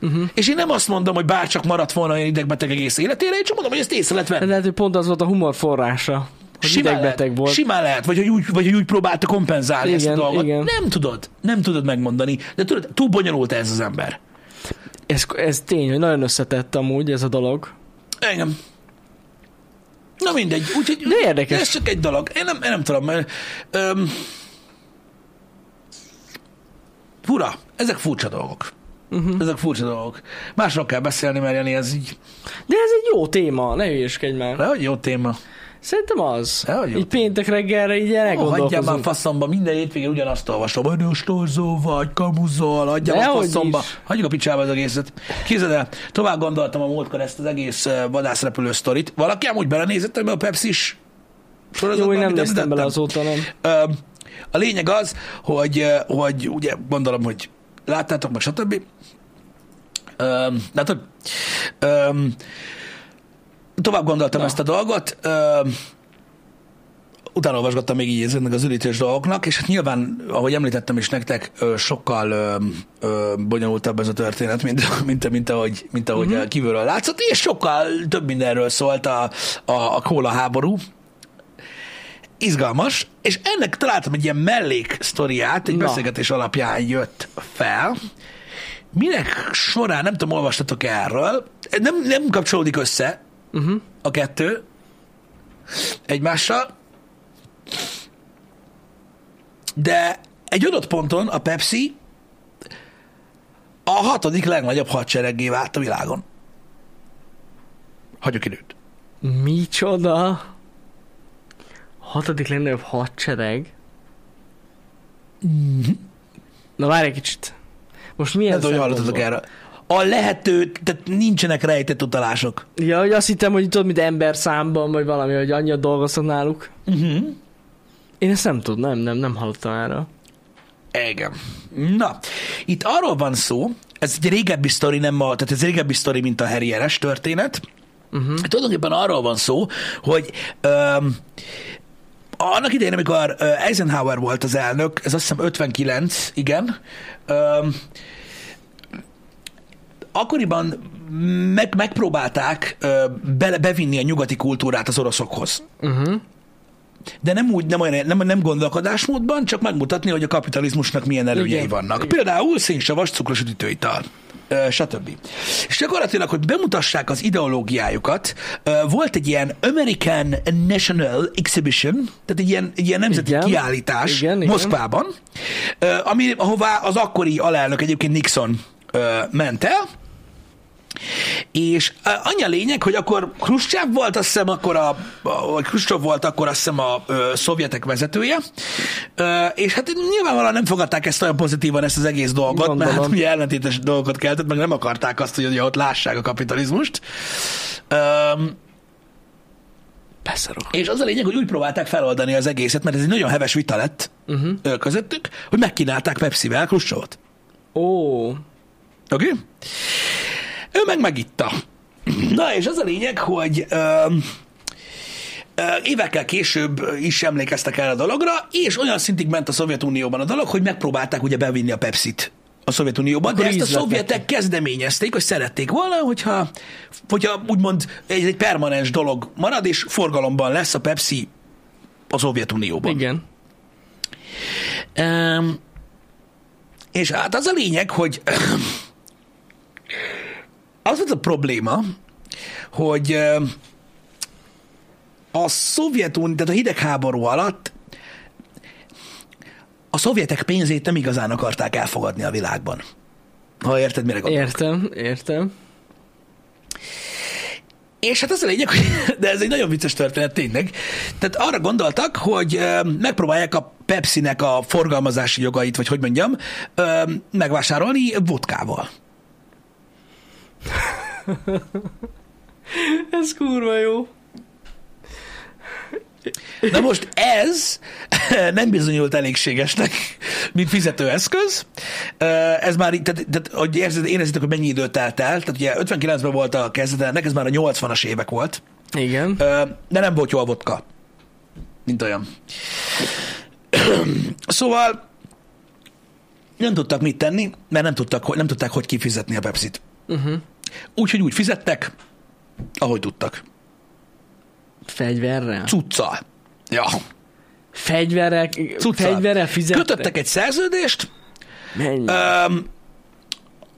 Mhm. Uh-huh. És én nem azt mondom, hogy bárcsak maradt volna olyan idegbeteg egész életére, én csak mondom, hogy ezt észre lehet venni. Lehet, hogy pont az volt a humor forrása, hogy idegbeteg lehet, volt. simán lehet, vagy hogy úgy, vagy hogy úgy próbálta kompenzálni igen, ezt a Igen, dolgot. igen. Igen. Nem tudod, nem tudod megmondani, de tudod, túl bonyolult ez az ember. Ez, ez tény, hogy nagyon összetett amúgy ez a dolog. Engem. Na mindegy, úgyhogy De érdekes. ez csak egy dolog. Én nem, én nem tudom, mert öm, fura, ezek furcsa dolgok. Mhm. Uh-huh. Ezek furcsa dolgok. Másról kell beszélni, mert Jani, ez így, De ez egy jó téma, ne hülyéskedj már. hogy jó téma. Szerintem az. Dehogy jó. Így péntek reggelre így Ó, hagyjál már elgondolkozunk. faszomba, minden hétvégén ugyanazt olvasom. Ödöstorzó vagy, kamuzol, hagyjál már Dehogy faszomba. is. Hagyjuk a picsába az egészet. Képzeld el, tovább gondoltam a múltkor ezt az egész eh, vadászrepülő sztorit. Valaki amúgy belenézett ebbe a Pepsi-s Jó, sorozatba, hogy nem amit néztem bele említettem? azóta, nem. Ö, A lényeg az, hogy, ö, hogy ugye gondolom, hogy láttátok meg, stb. Ö, Látod? Ö, Tovább gondoltam Na. ezt a dolgot, ö, utána olvasgattam még így ezeknek az üdítős dolgoknak, és hát nyilván, ahogy említettem is nektek, ö, sokkal ö, ö, bonyolultabb ez a történet, mint, mint, mint ahogy, mint ahogy mm-hmm. kívülről látszott, és sokkal több mindenről szólt a, a, a kóla háború, izgalmas, és ennek találtam egy ilyen mellék sztoriát, egy Na. Na. beszélgetés alapján jött fel, minek során, nem tudom, olvastatok erről, nem, nem kapcsolódik össze uh-huh. a kettő egymással, de egy adott ponton a Pepsi a hatodik legnagyobb hadsereggé vált a világon. Hagyjuk időt. Micsoda? Hatodik legnagyobb hadsereg? Na várj egy kicsit. Most milyen Ez, Mhm. hogy hallottatok szempontból? erről. A lehető, tehát nincsenek rejtett utalások. Ja, hogy azt hittem, hogy tudod, mint ember számban, vagy valami, hogy annyit dolgoztak náluk. Uh-huh. Én ezt nem tudom, nem, nem, nem hallottam erről. Igen. Na, itt arról van szó, ez egy régebbi sztori, nem ma, tehát ez régebbi sztori, mint a Harrieres történet. Uh-huh. Tulajdonképpen arról van szó, hogy öm, annak idején, amikor ö, Eisenhower volt az elnök, ez azt hiszem 59, igen, öm, akkoriban meg, megpróbálták ö, bele, bevinni a nyugati kultúrát az oroszokhoz Uh-huh. de nem úgy, nem, olyan, nem, nem gondolkodásmódban, csak megmutatni, hogy a kapitalizmusnak milyen előnyei Igen. Igen. vannak. Például szénsavas, cukros üdítőital ö, stb. És gyakorlatilag, hogy bemutassák az ideológiájukat, ö, volt egy ilyen American National Exhibition, tehát egy ilyen, egy ilyen nemzeti Igen. Igen. kiállítás Igen, Igen, igen. Moszkvában, ö, ami, ahová az akkori alelnök egyébként Nixon ö, ment el, és ö, annyi a lényeg, hogy akkor Khrushchev volt, azt hiszem, akkor a, a- vagy Khrushchev volt akkor azt hiszem a ö, szovjetek vezetője, ö, és hát nyilvánvalóan nem fogadták ezt olyan pozitívan, ezt az egész dolgot, Gondolom. mert hát ugye ellentétes dolgokat keltett, meg nem akarták azt, hogy ugye ott lássák a kapitalizmust. Öm, Beszarok. és az a lényeg, hogy úgy próbálták feloldani az egészet, mert ez egy nagyon heves vita lett uh-huh. ö, közöttük, hogy megkínálták Pepsi-vel Khrushchevot. Ó, Oké? Okay? Ő meg megitta. Na, és az a lényeg, hogy ö, ö, évekkel később is emlékeztek erre a dologra, és olyan szintig ment a Szovjetunióban a dolog, hogy megpróbálták ugye bevinni a Pepsit a Szovjetunióban, de Akkor ezt a ízletek. szovjetek kezdeményezték, hogy szerették volna, hogyha, hogyha úgymond egy, egy permanens dolog marad, és forgalomban lesz a Pepsi a Szovjetunióban. igen. Um, és hát az a lényeg, hogy az volt a probléma, hogy öm, a Szovjetunió, tehát a hidegháború alatt a szovjetek pénzét nem igazán akarták elfogadni a világban. Ha érted, mire gondolok. Értem, értem. És hát az a lényeg, hogy, de ez egy nagyon vicces történet tényleg. Tehát arra gondoltak, hogy ö, megpróbálják a Pepsi-nek a forgalmazási jogait, vagy hogy mondjam, ö, megvásárolni vodkával. Ez kurva jó. Na most ez nem bizonyult elégségesnek, mint fizetőeszköz. Ö, Ez már így, tehát, tehát hogy érzed, érezitek, hogy mennyi időt telt el. Tehát ugye 59-ben volt a kezdete, ennek ez már a 80-as évek volt. Igen. Ö, De nem volt jó a vodka. Mint olyan. Szóval nem tudtak mit tenni, mert nem, tudtak, hogy- nem tudták, hogy kifizetni a Pepsi-t. Uh-huh. Úgyhogy úgy fizettek, ahogy tudtak. Fegyverrel? Cuccal. Ja. Fegyverrel, Cuccal. fegyverrel fizettek? Kötöttek egy szerződést, Mennyi? öm,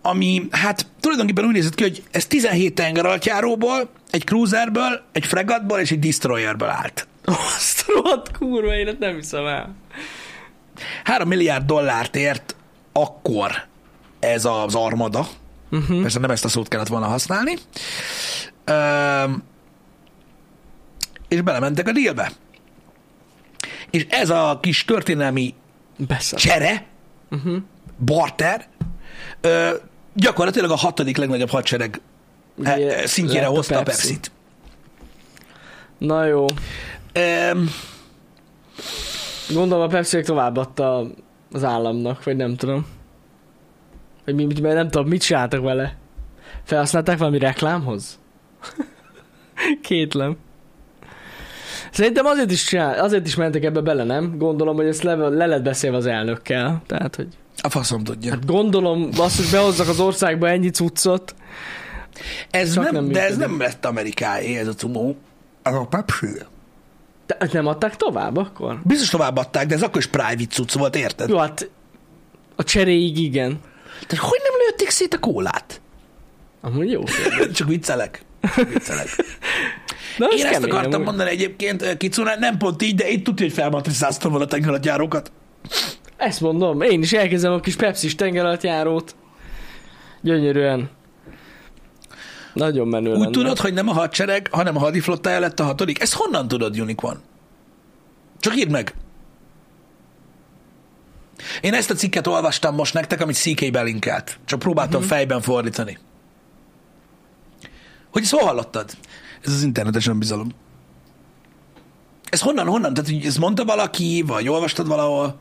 ami hát tulajdonképpen úgy nézett ki, hogy ez 17 tengeralattjáróból, egy cruiserből, egy fregatból és egy destroyerből állt. Azt rohadt kurva, én ezt nem hiszem el. 3 milliárd dollárt ért akkor ez az armada. Mhm. Uh-huh. Persze nem ezt a szót kellett volna használni. Öm, és belementek a dílbe. És ez a kis történelmi Beszem. csere, uh-huh. Mhm. barter, ö, gyakorlatilag a hatodik legnagyobb hadsereg Ugye, Ugye, E, szintjére lett a hozta a Pepsi. Pepsi-t. Na jó. Öm, Gondolom a Pepsi továbbadta az államnak, vagy nem tudom. Vagy mi, mert nem tudom, mit csináltak vele. Felhasználták valami reklámhoz? Kétlem. Szerintem azért is, csinál, azért is mentek ebbe bele, nem? Gondolom, hogy ezt le, le lett beszélve az elnökkel. Tehát, hogy a faszom tudja. hát gondolom azt, hogy behozzak az országba ennyi cuccot. Ez csak nem, nem de ez működik. nem lett Amerikáé, ez a cumó. Ez a Pepsi. Te, hát nem adták tovább akkor? Biztos továbbadták, de ez akkor is private cucc volt, érted? Jó, hát a cseréig igen. Tehát hogy nem lőtték szét a kólát? Amúgy jó. Csak viccelek. Csak viccelek. Na, ez Én ezt kemény akartam amúgy. mondani egyébként ö, Kicunán, nem pont így, de itt tudja, hogy felmatrizáztam volna a tengeralattjárókat. Ezt mondom, én is elkezdem a kis Pepsi-s tengeralattjárót. Gyönyörűen. Nagyon menő Úgy lenne. tudod, hogy nem a hadsereg, hanem a hadiflottája lett a hatodik? Ezt honnan tudod, Unicorn? Csak írd meg. Én ezt a cikket olvastam most nektek, amit CK belinkelt. Csak próbáltam uh-huh. fejben fordítani. Hogy ezt hol hallottad? Ez az internetes önbizalom. Ez honnan, honnan? Tehát, hogy ezt mondta valaki, vagy olvastad valahol?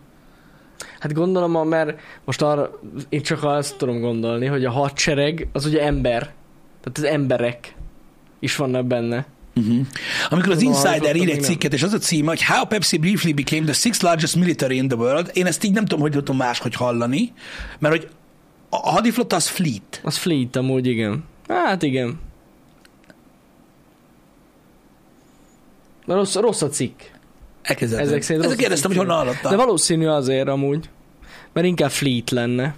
Hát gondolom, a- mert most arra, én csak azt tudom gondolni, hogy a hadsereg az ugye ember. Tehát az emberek is vannak benne. Amikor az Tudom, Insider hallottam, ír egy igen. cikket, és az a cím, hogy How Pepsi briefly became the sixth largest military in the world, én ezt így nem tudom, hogy tudom máshogy hallani, mert hogy a a hadiflotta az fleet. Az fleet amúgy, igen. Hát igen. Na, Rossz, rossz a cikk. Elképzelhetem. Ezek szerint Ezek rossz kérdeztem, hogy cikk. honnan De hallottam. valószínű azért amúgy, mert inkább fleet lenne.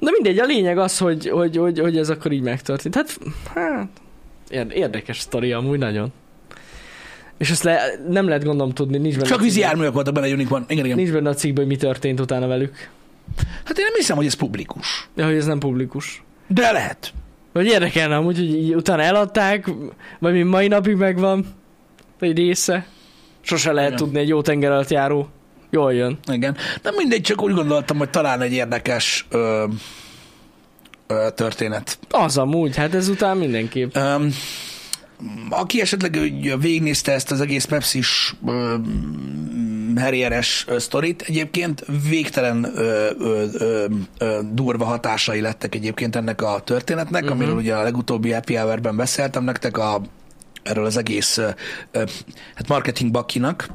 De mindegy, a lényeg az, hogy, hogy, hogy, hogy ez akkor így megtörtént. Hát, hát érd- érdekes sztori amúgy nagyon. És ezt le, nem lehet gondolom tudni, nincs benne, Csak a vízi cikkben- járművek voltak benne Unicorn. Igen, igen. nincs benne a cikkben, hogy mi történt utána velük. Hát én nem hiszem, hogy ez publikus. De hogy ez nem publikus. De lehet. Vagy érdekelne amúgy, hogy így utána eladták, vagy mi mai napig megvan, vagy része. Sose lehet Igen. tudni egy jó tenger alatt járó. Jól jön. Igen. Nem mindegy, csak úgy gondoltam, hogy talán egy érdekes ö, ö, történet. Az amúgy, hát ezután mindenképp. Um, aki esetleg úgy végignézte ezt az egész Pepsi-s um, herjeres ö, sztorit, egyébként végtelen ö, ö, ö, ö, durva hatásai lettek egyébként ennek a történetnek, uh-huh. amiről ugye a legutóbbi happy hour-ben beszéltem nektek a, erről az egész ö, ö, hát marketing bakinak.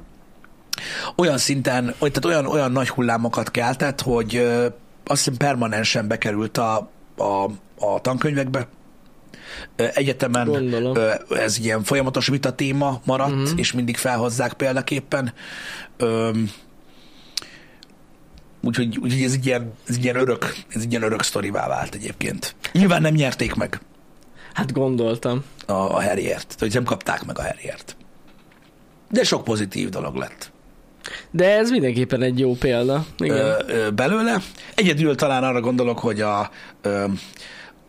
Olyan szinten, oly- tehát olyan, olyan nagy hullámokat keltett, hogy ö, azt hiszem permanensen bekerült a, a, a tankönyvekbe, Ö, egyetemen Gondolom. ö, ez ilyen folyamatos vita téma maradt, uh-huh. és mindig felhozzák példaképpen. Öm, Úgyhogy, úgyhogy ez, egy ilyen, ez, egy ilyen örök, ez egy ilyen örök sztorivá vált egyébként. Nyilván nem nyerték meg Hát gondoltam. a, a Harryért, tehát hogy nem kapták meg a Harryért. De sok pozitív dolog lett De ez mindenképpen egy jó példa. Igen. ö, ö, belőle. Egyedül talán arra gondolok, hogy a, ö,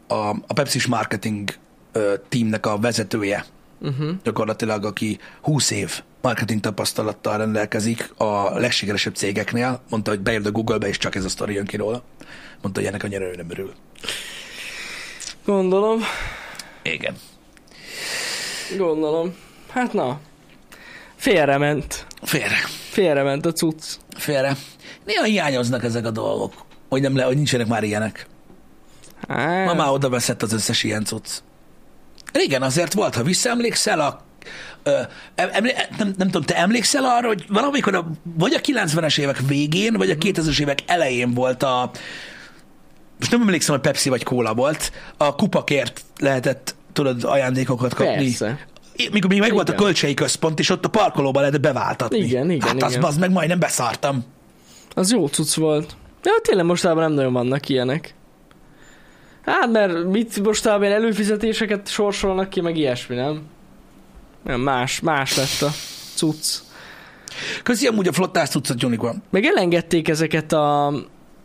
a, a Pepsi-s marketing ö, teamnek a vezetője, Uh-huh. gyakorlatilag, aki 20 év marketing tapasztalattal rendelkezik a legsikeresebb cégeknél, mondta, hogy beírd a Google-be, és csak ez a sztori jön ki róla. Mondta, hogy ennek annyira ő nem örül. Gondolom, Igen. gondolom. Hát na. Félrement. Félre. Félrement a cucc. Félre. Néha hiányoznak ezek a dolgok, hogy, nem le, hogy nincsenek már ilyenek. Ma Hát, már oda veszett az összes ilyen cucc. Régen azért volt, ha visszaemlékszel, a, ö, em- emlé, nem, nem tudom, te emlékszel arra, hogy valamikor a, vagy a 90-es évek végén, vagy a 2000-es évek elején volt a, most nem emlékszem, hogy Pepsi vagy Cola volt, a kupakért lehetett, tudod, ajándékokat kapni. persze. I- Mikor még meg volt a Igen. kölcsei központ, és ott a parkolóban lehetett beváltatni. Igen, igen, Hát az, igen. az meg majdnem beszartam. Az jó cucc volt. De hát tényleg mostában nem nagyon vannak ilyenek. Hát mert mit mostában ilyen előfizetéseket sorsolnak ki, meg ilyesmi, nem? Nem, más, más lett a cucc. Köszi amúgy a flottás cuccot, Unicorn. Meg elengedték ezeket a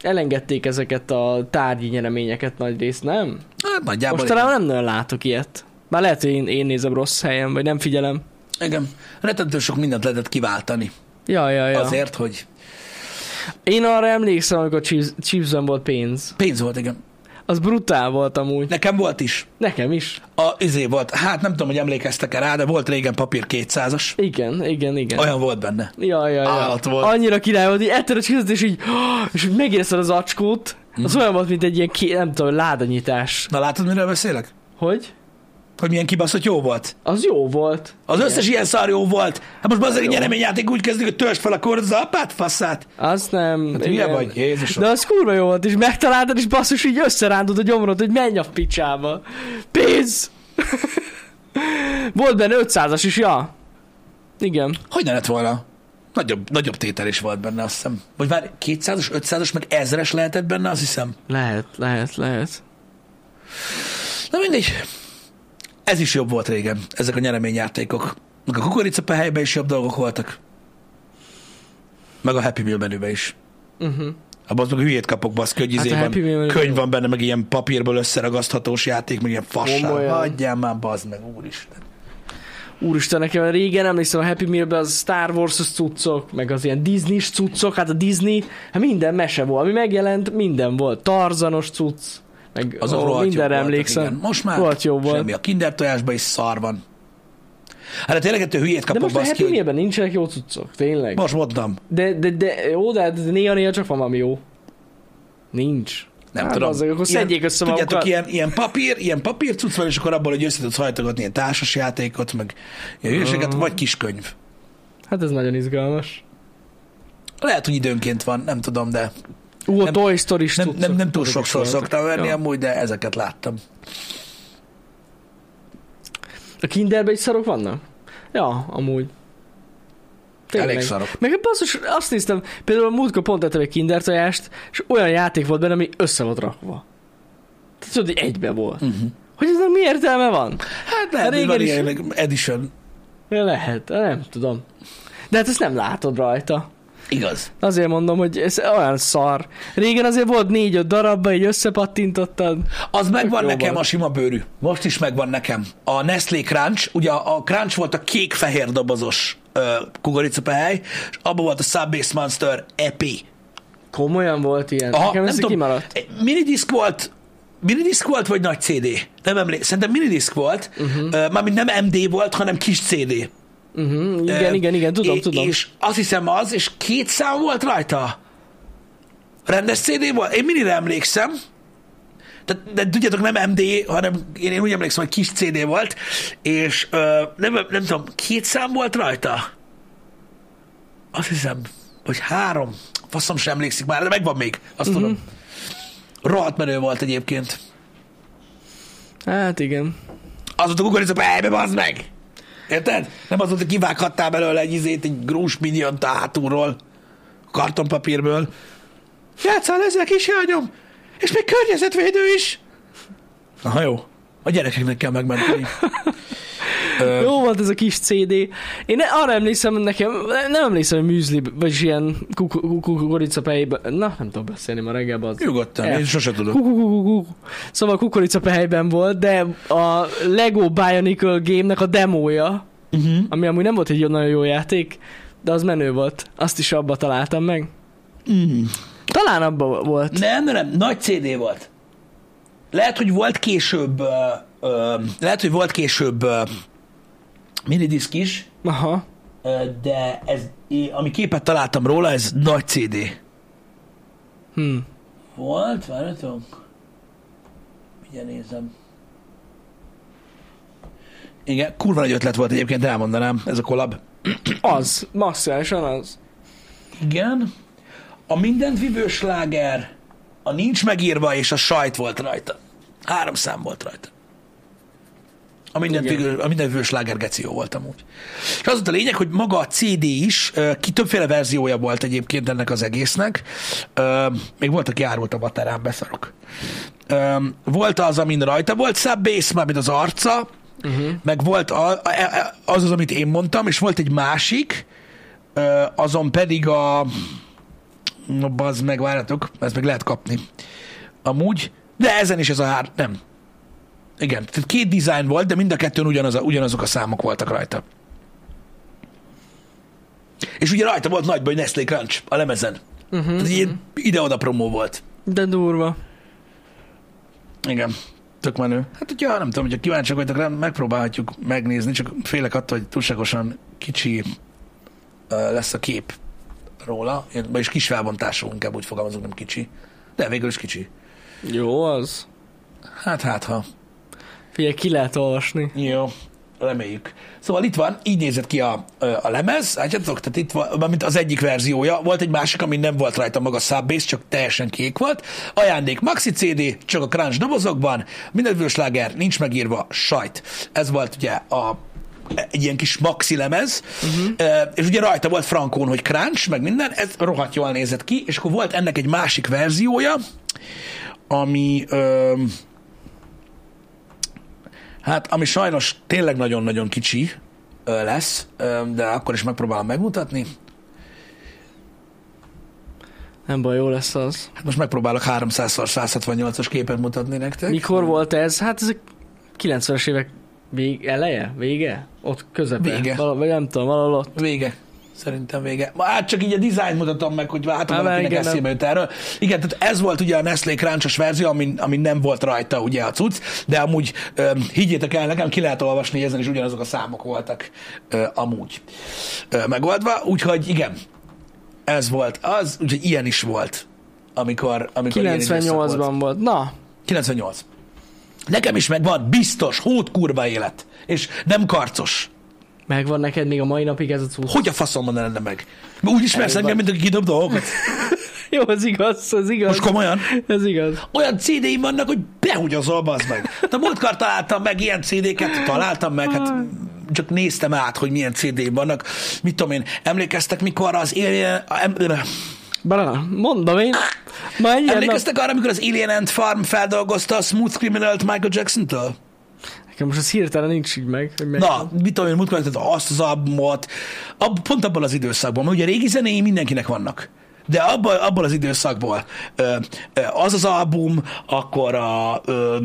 elengedték ezeket a tárgyi nyereményeket nagy részt, nem? Hát nagyjából. Most talán nem nagyon látok ilyet. Már lehet, hogy én, én nézem rossz helyen, vagy nem figyelem. Igen. Rettentő sok mindent lehetett kiváltani. Ja, ja, ja. Ja. Azért, hogy Én arra emlékszem, amikor Chiefs- Chiefsben volt pénz. pénz volt, igen. Az brutál volt amúgy. Ne- Nekem volt is. Nekem is. A izé volt, hát nem tudom, hogy emlékeztek-e rá, de volt régen papír 200-as. Igen, igen, igen. Olyan volt benne. Ja, ja, ja. Állat volt. Annyira király volt, hogy etted a Chiefs-t, és így, és így megérezted az acskót. Az Mhm. olyan volt, mint egy ilyen, ké, nem tudom, ládanyítás. Na látod, miről beszélek? Hogy? Hogy milyen kibaszott jó volt. Az jó volt. Az összes ilyen szar jó volt. Hát most bazzeg egy nyereményjáték úgy kezdődik, hogy törst fel a kordozza apát, faszát. Az nem... Hát hülye igen. vagy, Jézusom. De az kurva jó volt, és megtaláltad, és basszus így összerándod a gyomrod, hogy menj a picsába. Pénz! volt benne 500-as is, ja. Igen. Hogy ne lett volna? Nagyobb, nagyobb tétel is volt benne, azt hiszem. Vagy már 200-as, 500-as, meg 1000-es lehetett benne, azt hiszem. Lehet, lehet, lehet. Na mindegy. Ez is jobb volt régen, ezek a nyereményjátékok. Meg a kukoricapehelyben is jobb dolgok voltak. Meg a Happy Meal menüben is. Uh-huh. Abban az meg hülyét kapok, baszki, hogy Hát a izé van, Happy Meal menüben könyv van benne, meg ilyen papírból összeragaszthatós játék, meg ilyen fasság. Komolyan. Hagyjál már, bazd meg, úristen. Úristen, nekem régen emlékszem a Happy Meal-ben az Star Wars-os cuccok, meg az ilyen Disney-s cuccok, hát a Disney, hát minden mese volt, ami megjelent, minden volt. Tarzanos cucc, meg Azok ó, rohadt mindenre jók voltak, emlékszem. igen. Most már Rohadt jó volt. semmi. A kinder tojásban is szar van. Hát tényleg ettől hülyét De kapok, most a baszki, Happy hogy... Meal-ben nincsenek jó cuccok, tényleg. Most mondtam. De, de, de, jó, de de néha-néha csak van valami jó. Nincs. Nem Hát, tudom. bazzeg, akkor szedjék össze Tudjátok, magukat. ilyen, ilyen papír, ilyen papír cucc van, és akkor abból, hogy össze tudsz hajtogatni ilyen társasjátékot, meg ilyen hülyeséget, vagy kiskönyv. Hát ez nagyon izgalmas. Lehet, hogy időnként van, nem tudom, de Ú, a Nem- Toy Story is nem, cuccok. nem, nem túl Azok is sokszor voltak. szoktam venni Ja. amúgy, de ezeket láttam. A kinderben is szarok vannak? Ja, amúgy. Elég szarok. Meg hát basszus, azt néztem, például a múltkor pont ettem egy kinder tojást, és olyan játék volt benne, ami össze volt rakva. Tehát tudod, hogy egybe volt. Uh-huh. Hogy eznek mi értelme van? Hát lehet, hogy régen van is- ilyen meg edition. Lehet, nem tudom. De hát ezt nem látod rajta. Igaz. Azért mondom, hogy ez olyan szar. Régen azért volt négy-öt darabba, így összepattintottad. Az megvan Jó nekem van. a sima bőrű. Most is megvan nekem. A Nestlé Crunch, ugye a a Crunch volt a kék-fehér dobozos ö, kukoricapehely, és abban volt a Subbase Monster EP. Komolyan volt ilyen. Aha, Nekem ez kimaradt. egy Minidisk volt, minidisk volt, vagy nagy CD? Nem emlékszem. Szerintem minidisk volt, Mhm. uh-huh. mármint nem MD volt, hanem kis CD. Uh-huh, Ö, igen, igen, igen, tudom, é- tudom. És azt hiszem az, és két szám volt rajta. Rendes CD volt? Én minire emlékszem. Tehát, de tudjátok, nem MD, hanem én, én úgy emlékszem, hogy kis CD volt, és ö, nem, nem tudom, két szám volt rajta? Azt hiszem, hogy három. Faszom sem emlékszik már, de megvan még, azt Mhm. uh-huh. tudom. Rohadt menő volt egyébként. Hát igen. Az volt a kukorica, be bazd meg! Érted? Nem az volt, hogy kivághattál belőle egy izét, egy grús miniont a hátulról, kartonpapírból. Játszál ezzel, kislányom! És még környezetvédő is! Aha, jó. A gyerekeknek kell megmenteni. Ö, Jó volt ez a kis CD. Én ne- arra emlékszem, nekem, ne- nem emlékszem, hogy műzli, vagyis ilyen kuku- kuku- kukoricapejben, na nem tudom beszélni ma reggel az. Nyugodtan, El. én sose tudom. Kukukukuku. Szóval kukoricapehelyben volt, de a Lego Bionicle game-nek a demója, Uh-huh. ami amúgy nem volt egy nagyon jó játék, de az menő volt. Azt is abba találtam meg. Mm. Talán abba volt. Nem, nem, nem, nagy CD volt. Lehet, hogy volt később, ö, ö, lehet, hogy volt később ö, minidisk is, Aha. ö, de ez, é- ami képet találtam róla, ez nagy CD. Hm. Volt, várjatok. Ugye nézem. Igen, kurva nagy ötlet volt egyébként, elmondanám, ez a kollab. Az. Maximálisan az. Igen. A mindent vívő sláger, a nincs megírva, és a sajt volt rajta. Három szám volt rajta. A mindent, Igen. vívő, a mindent vívő sláger geció volt amúgy. És az volt a lényeg, hogy maga a CD is, ö, ki többféle verziója volt egyébként ennek az egésznek. Ö, Még volt, aki árult a baterán, beszarok. Ö, Volt az, amin rajta volt Subbase, mármint az arca, uh-huh. meg volt a- a- a- az az, amit én mondtam, és volt egy másik, Ö, azon pedig a... No, bazd meg, várjatok, ezt meg lehet kapni. Amúgy, de ezen is ez a hár... Nem. Igen, tehát két design volt, de mind a kettőn ugyanaz, a- ugyanazok a számok voltak rajta. És ugye rajta volt nagyban, hogy Nestlé Crunch a lemezen. Uh-huh, tehát egy ilyen ide-oda promó volt. Mhm. De durva. Igen. Tök menő. Hát, hogyha nem tudom, hogyha kíváncsiak vagytok rá, megpróbálhatjuk megnézni, csak félek attól, hogy túlságosan kicsi ö, lesz a kép róla, Én- vagyis kis felbontású, inkább úgy fogalmazunk, nem kicsi. De végül is kicsi. Jó az. Hát, hát, ha. Figyelj, ki lehet olvasni. Jó. Reméljük. Szóval itt van, így nézett ki a, ö, a lemez, látjátok, tehát itt van, mint az egyik verziója, volt egy másik, ami nem volt rajta maga Subbase, csak teljesen kék volt. Ajándék Maxi CD, csak a crunch dobozokban, mindenből sláger, nincs megírva, sajt. Ez volt ugye a egy ilyen kis maxi lemez, uh-huh. és ugye rajta volt Frankón, hogy crunch, meg minden, ez rohadt jól nézett ki, és akkor volt ennek egy másik verziója, ami öm, Hát, ami sajnos tényleg nagyon-nagyon kicsi ö, lesz, ö, de akkor is megpróbálom megmutatni. Nem baj, jó lesz az. Hát most megpróbálok 300x168-as képet mutatni nektek. Mikor volt ez? Hát ez a 90-es évek vég, eleje? Vége? Ott közepe? Vége. Val- vagy nem tudom, valahol ott. Vége. Szerintem vége. Ma, Hát csak így a design mutatom meg, hogy hát Há, ha valakinek igen, eszébe jut erről. Igen, tehát ez volt ugye a Nestlé kráncsos verzió, ami, ami nem volt rajta ugye a cucc, de amúgy öm, higgyétek el nekem, ki lehet olvasni, hogy ezen is ugyanazok a számok voltak ö, amúgy ö, megoldva, úgyhogy igen, ez volt az, úgyhogy ilyen is volt, amikor, amikor ilyen időszak volt. 98-ban volt. Na, 98. Nekem is megvan, biztos, hót kurva élet, és nem karcos. megvan neked még a mai napig ez a cucc. Hogy a faszomban ne lenne meg? Úgy ismersz engem, mint aki kidob dolgokat. Jó, az igaz, az igaz. Most komolyan. Ez igaz. Olyan CD-im vannak, hogy behugyazol, bazd meg. De múltkor találtam meg ilyen CD-ket, találtam meg, hát csak néztem át, hogy milyen CD-im vannak. Mit tudom én, emlékeztek mikor az Alien... em- Bra, mondom én. Ma egy ilyen nap... Emlékeztek arra, amikor az Alien Ant Farm feldolgozta a Smooth Criminal-t Michael Jackson-től? Nekem most ez hirtelen nincs így meg. Hogy meg... Na, mit tudom én, múltkor hallottam azt az albumot, ab, pont abban az időszakban, mert ugye régi zenéi mindenkinek vannak, de abban, abban az időszakból ö, ö, az az album, akkor a, ö,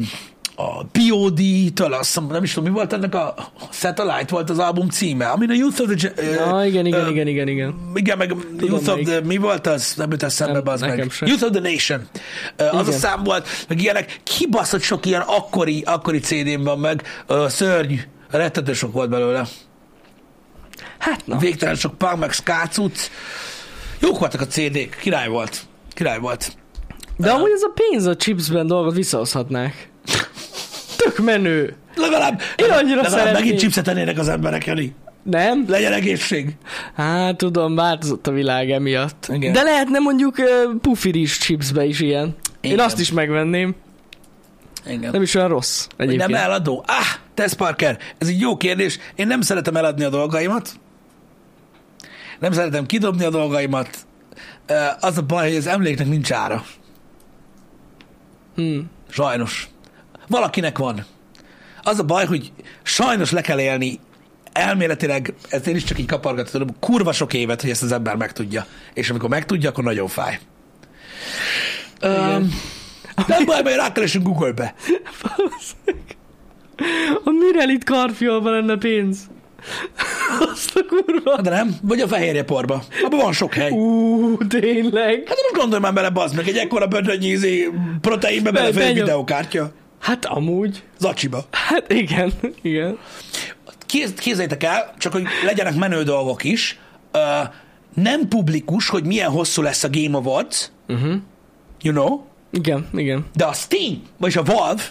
a POD-től, azt hiszem, nem is tudom, mi volt ennek a Satellite volt az album címe, amin a Youth of the... Ge- ö, Na, igen, igen, ö, igen, igen, igen. igen, meg Youth of melyik. the, mi volt az? Nem jut eszembe, Nem, az nekem meg. sem. Youth of the Nation. Ö, Az a Igen. szám volt, meg ilyenek. Kibaszott sok ilyen akkori, akkori CD-m van meg. Ö, Szörny. Rettető sok volt belőle. Hát na. Végtelen sok punk, meg skácuc. Jók voltak a CD-k. Király volt. Király volt. De amúgy ez a pénz a chipsben dolgot visszahozhatnák. Tök menő. Legalább, Én annyira legalább szeretném. megint chipset ennének az emberek, Jani. Nem? Legyen egészség. Hát tudom, változott a világ emiatt. Igen. De lehetne mondjuk uh, pufiris chipsbe is ilyen. Én Igen. azt is megvenném. Igen. Nem is olyan rossz Hogy egyébként. nem eladó? Ah, Tess Parker, ez egy jó kérdés. Én nem szeretem eladni a dolgaimat. Nem szeretem kidobni a dolgaimat. Ö, Az a baj, hogy az emléknek nincs ára. Hmm. Sajnos. Valakinek van. Az a baj, hogy sajnos le kell élni elméletileg, ezt én is csak így kapargatom, tudom, kurva sok évet, hogy ezt az ember megtudja. És amikor megtudja, akkor nagyon fáj. Um, nem baj, majd rákeresünk Google-be. A Mirelit karfiolban lenne pénz. Azt a kurva. Hát De nem, vagy a fehérje porba. Abban van sok hely. Ú, tényleg. Hát most gondolj már bele, bazd meg, egy ekkora bödönnyi izé, proteinbe belefér egy benyom. videókártya. Hát amúgy. Zacsiba. Hát igen, igen. kéz, képzeljétek el, csak hogy legyenek menő dolgok is, ö, nem publikus, hogy milyen hosszú lesz a Game Awards, uh-huh. Mhm. you know, Igen, igen. de a Steam, vagyis a Valve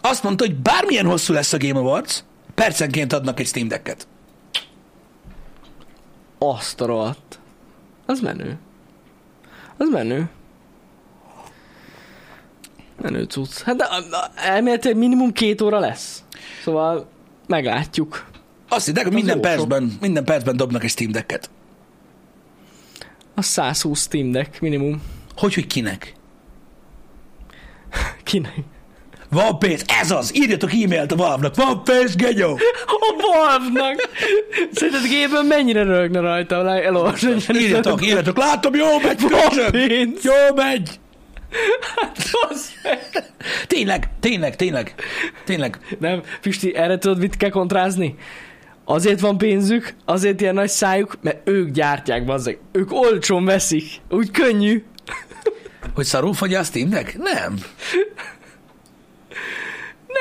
azt mondta, hogy bármilyen hosszú lesz a Game Awards, percenként adnak egy Steam Decket. Azt a rohadt. Az menő. Az menő. Menő cucc. Hát de a- a- elméletileg minimum két óra lesz. Szóval meglátjuk. Azt hittek, hogy minden jó sok. percben, minden percben dobnak egy Steam Decket. A 120 Steam Deck minimum. Hogy, hogy kinek? Kinek? Van pénz, ez az! Írjatok e-mailt a Valve-nak, van pénz, genyó! A Valve-nak! Szerinted Gében mennyire rögne rajta? Lá- Elolvasod, hogy Írjatok, írjatok, látom, jó megy, Van köcsög! pénz! Hát, Jó megy! Az meg. Tényleg, tényleg, tényleg, tényleg. Nem, Pisti, erre tudod mit kell kontrázni? Azért van pénzük, azért ilyen nagy szájuk, mert ők gyártják, bazzeg. Ők olcsón veszik, úgy könnyű. Hogy szarul fogyja a Steam Deck? Nem. Hát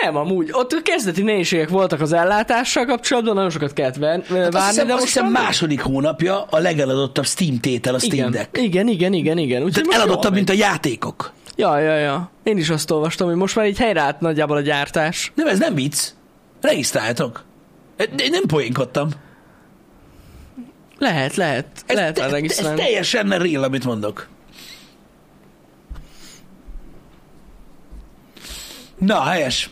Nem, amúgy. Ott a kezdeti nehézségek voltak az ellátással kapcsolatban, nagyon sokat kellett ver- várni, Hát Azt hiszem, de azt most hiszem már- második hónapja a legeladottabb Steam tétel a Steam igen. Deck. igen, igen, igen, igen. Úgyhogy Tehát most jól eladottabb, megy. mint a játékok. Ja, ja, ja. Én is azt olvastam, hogy most már így helyreállt nagyjából a gyártás. Nem, ez nem vicc. Regisztráljatok. Én nem poénkodtam. Lehet, lehet. Ez, lehet már te, ez regisztrálni. teljesen real, amit mondok. Na, helyes.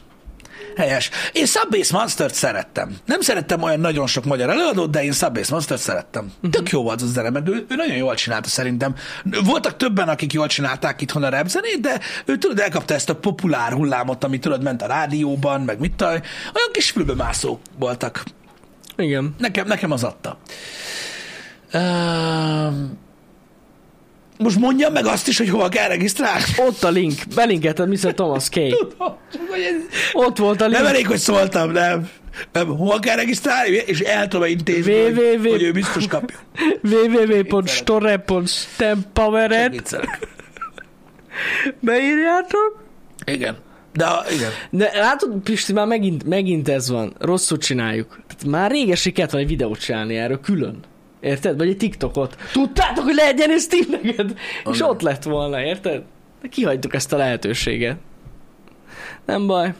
Helyes. Én Subbase Monstert szerettem. Nem szerettem olyan nagyon sok magyar előadót, de én Subbase Monstert szerettem. Uh-huh. Tök jó volt az a zene, meg ő, ő nagyon jól csinálta szerintem. Voltak többen, akik jól csinálták itthon a rap zenét, de ő tudod, elkapta ezt a populár hullámot, ami tudod, ment a rádióban, meg mit taj. Olyan kis fülbemászók voltak. Igen. Nekem, nekem az adta. Um, most mondjam meg azt is, hogy hova kell regisztrálni. Ott a link, belinkelted Mr. Thomas K. Tudom, csak hogy ez- Ott volt a link. Nem elég, hogy szóltam, nem. nem. Hova kell regisztrálni, és el tudom intézni, hogy, www. hogy ő biztos kapja. www.store.stempoweret Viccelek. beírjátok? Igen. De a- igen. De látod, Pisti, már megint, megint ez van. Rosszul csináljuk. Tehát már réges kellett volna egy videót csinálni erről külön. Érted? Vagy egy TikTokot. Tudtátok, hogy lehet ilyen steam És ott lett volna, érted? De kihagytuk ezt a lehetőséget. Nem baj.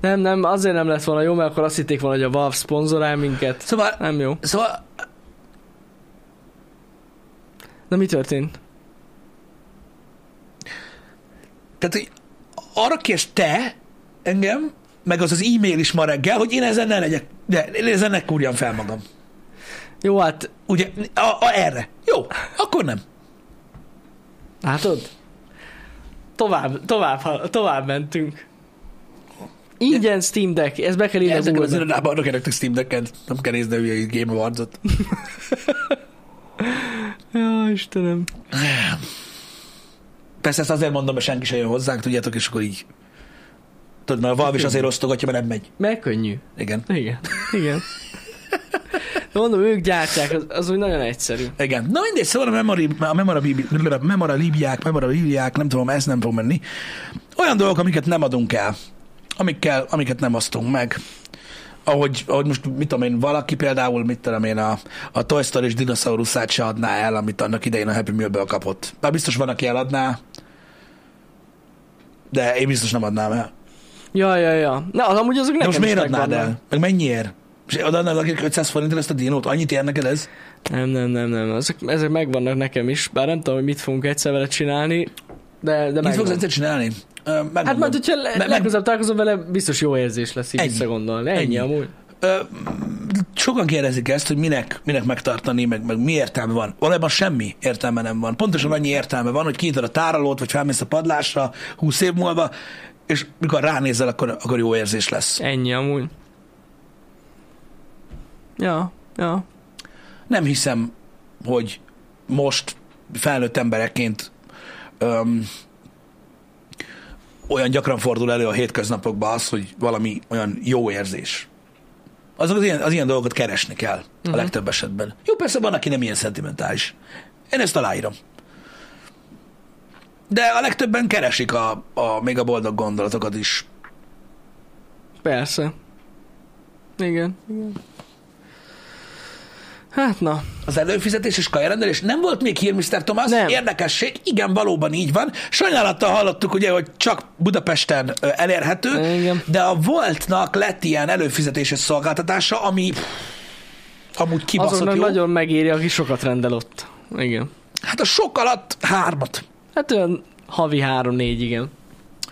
Nem, nem, azért nem lett volna jó, mert akkor azt hitték volna, hogy a Valve szponzorál minket. Szóval, Nem jó. szóval Na mi történt? tehát, hogy arra kérsz te engem, meg az az e-mail is ma reggel, hogy én ezen ne legyek, de én ezen ne kúrjam fel magam. Jó, hát Ugye, a, a, erre. Jó, akkor nem. Látod? Tovább, tovább, tovább mentünk. Ingyen Steam Deck, ez be kell írni a Ezeken az Google-be. irodában adok nektek Steam Deck-et, nem kell nézni a hülye Game Awards-ot. Ja, Istenem. Persze ezt azért mondom, mert senki sem jön hozzánk, tudjátok, és akkor így... Tudod, mert a Valve is azért osztogatja, mert nem megy. Mert könnyű. Igen. Igen, igen. De mondom, ők gyártják, az, az úgy nagyon egyszerű. Igen. Na mindegy, szóval a memori, a memorabiliák, memorabiliák, memorabiliák, nem tudom, ez nem fog menni. Olyan dolgok, amiket nem adunk el, amikkel, amiket nem osztunk meg. Ahogy, ahogy most, mit tudom én, valaki például, mit tudom én, a, a Toy Story és dinoszauruszát se adná el, amit annak idején a Happy Meal-ből kapott. Bár biztos van, aki eladná, de én biztos nem adnám el. Ja, ja, ja. Na, az amúgy De azok nekem most is miért adnád megvannak. el? Meg mennyiért? És odaadnád valakinek 500 forintért ezt a dinót? Annyit ér neked ez? Nem, nem, nem, nem. Ezek, ezek megvannak nekem is, bár nem tudom, hogy mit fogunk egyszer vele csinálni, de, de Mit fogsz megvan. egyszer csinálni? Ö, megmondom. Hát majd, hogyha Me- le, meg- legközelebb találkozom vele, biztos jó érzés lesz így Ennyi. visszagondolni. Ennyi, Ennyi. Ennyi amúgy. Ö, sokan kérdezik ezt, hogy minek, minek megtartani, meg, meg mi értelme van. Valójában semmi értelme nem van. Pontosan annyi értelme van, hogy kinyitod a tárolót, vagy felmész a padlásra 20 év múlva, és mikor ránézel, akkor, akkor jó érzés lesz. Ennyi amúgy. Ja, ja. Nem hiszem, hogy most felnőtt embereként öm, olyan gyakran fordul elő a hétköznapokban az, hogy valami olyan jó érzés. Azok az ilyen, az ilyen dolgokat keresni kell uh-huh. a legtöbb esetben. Jó, persze van, aki nem ilyen szentimentális. Én ezt aláírom. De a legtöbben keresik a, a, még a boldog gondolatokat is. Persze. Igen. igen. Hát na, Az előfizetés és kajarendelés. Nem volt még hír, Mr. Thomas? Nem. Érdekesség. Igen, valóban így van. Sajnálattal hallottuk, ugye, hogy csak Budapesten ö, elérhető, Igen. de a Voltnak lett ilyen előfizetéses szolgáltatása, ami pff, amúgy kibaszott azonnak jó. nagyon megéri, aki sokat rendel ott. Igen. Hát a sok alatt hármat. Hát olyan havi 3-4, igen.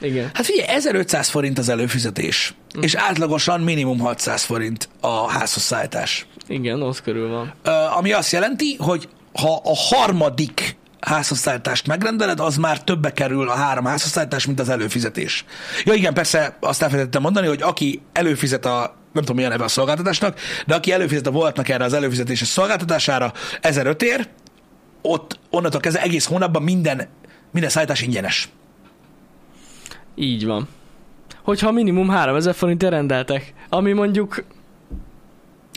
Igen. Hát figyelj, 1500 forint az előfizetés, Hm. mm. és átlagosan minimum 600 forint a házhoz szállítás. Igen, ott körül van. Ö, ami azt jelenti, hogy ha a harmadik házhozszállítást megrendeled, az már többe kerül a három házhozszállítás, mint az előfizetés. Ja igen, persze azt elfelejtettem mondani, hogy aki előfizet a nem tudom, milyen neve a szolgáltatásnak, de aki előfizet a voltnak erre az előfizetéses szolgáltatására 1005 ér, ott onnantól kezdve egész hónapban minden, minden szállítás ingyenes. Így van. Hogyha minimum 3000 forintért rendeltek, ami mondjuk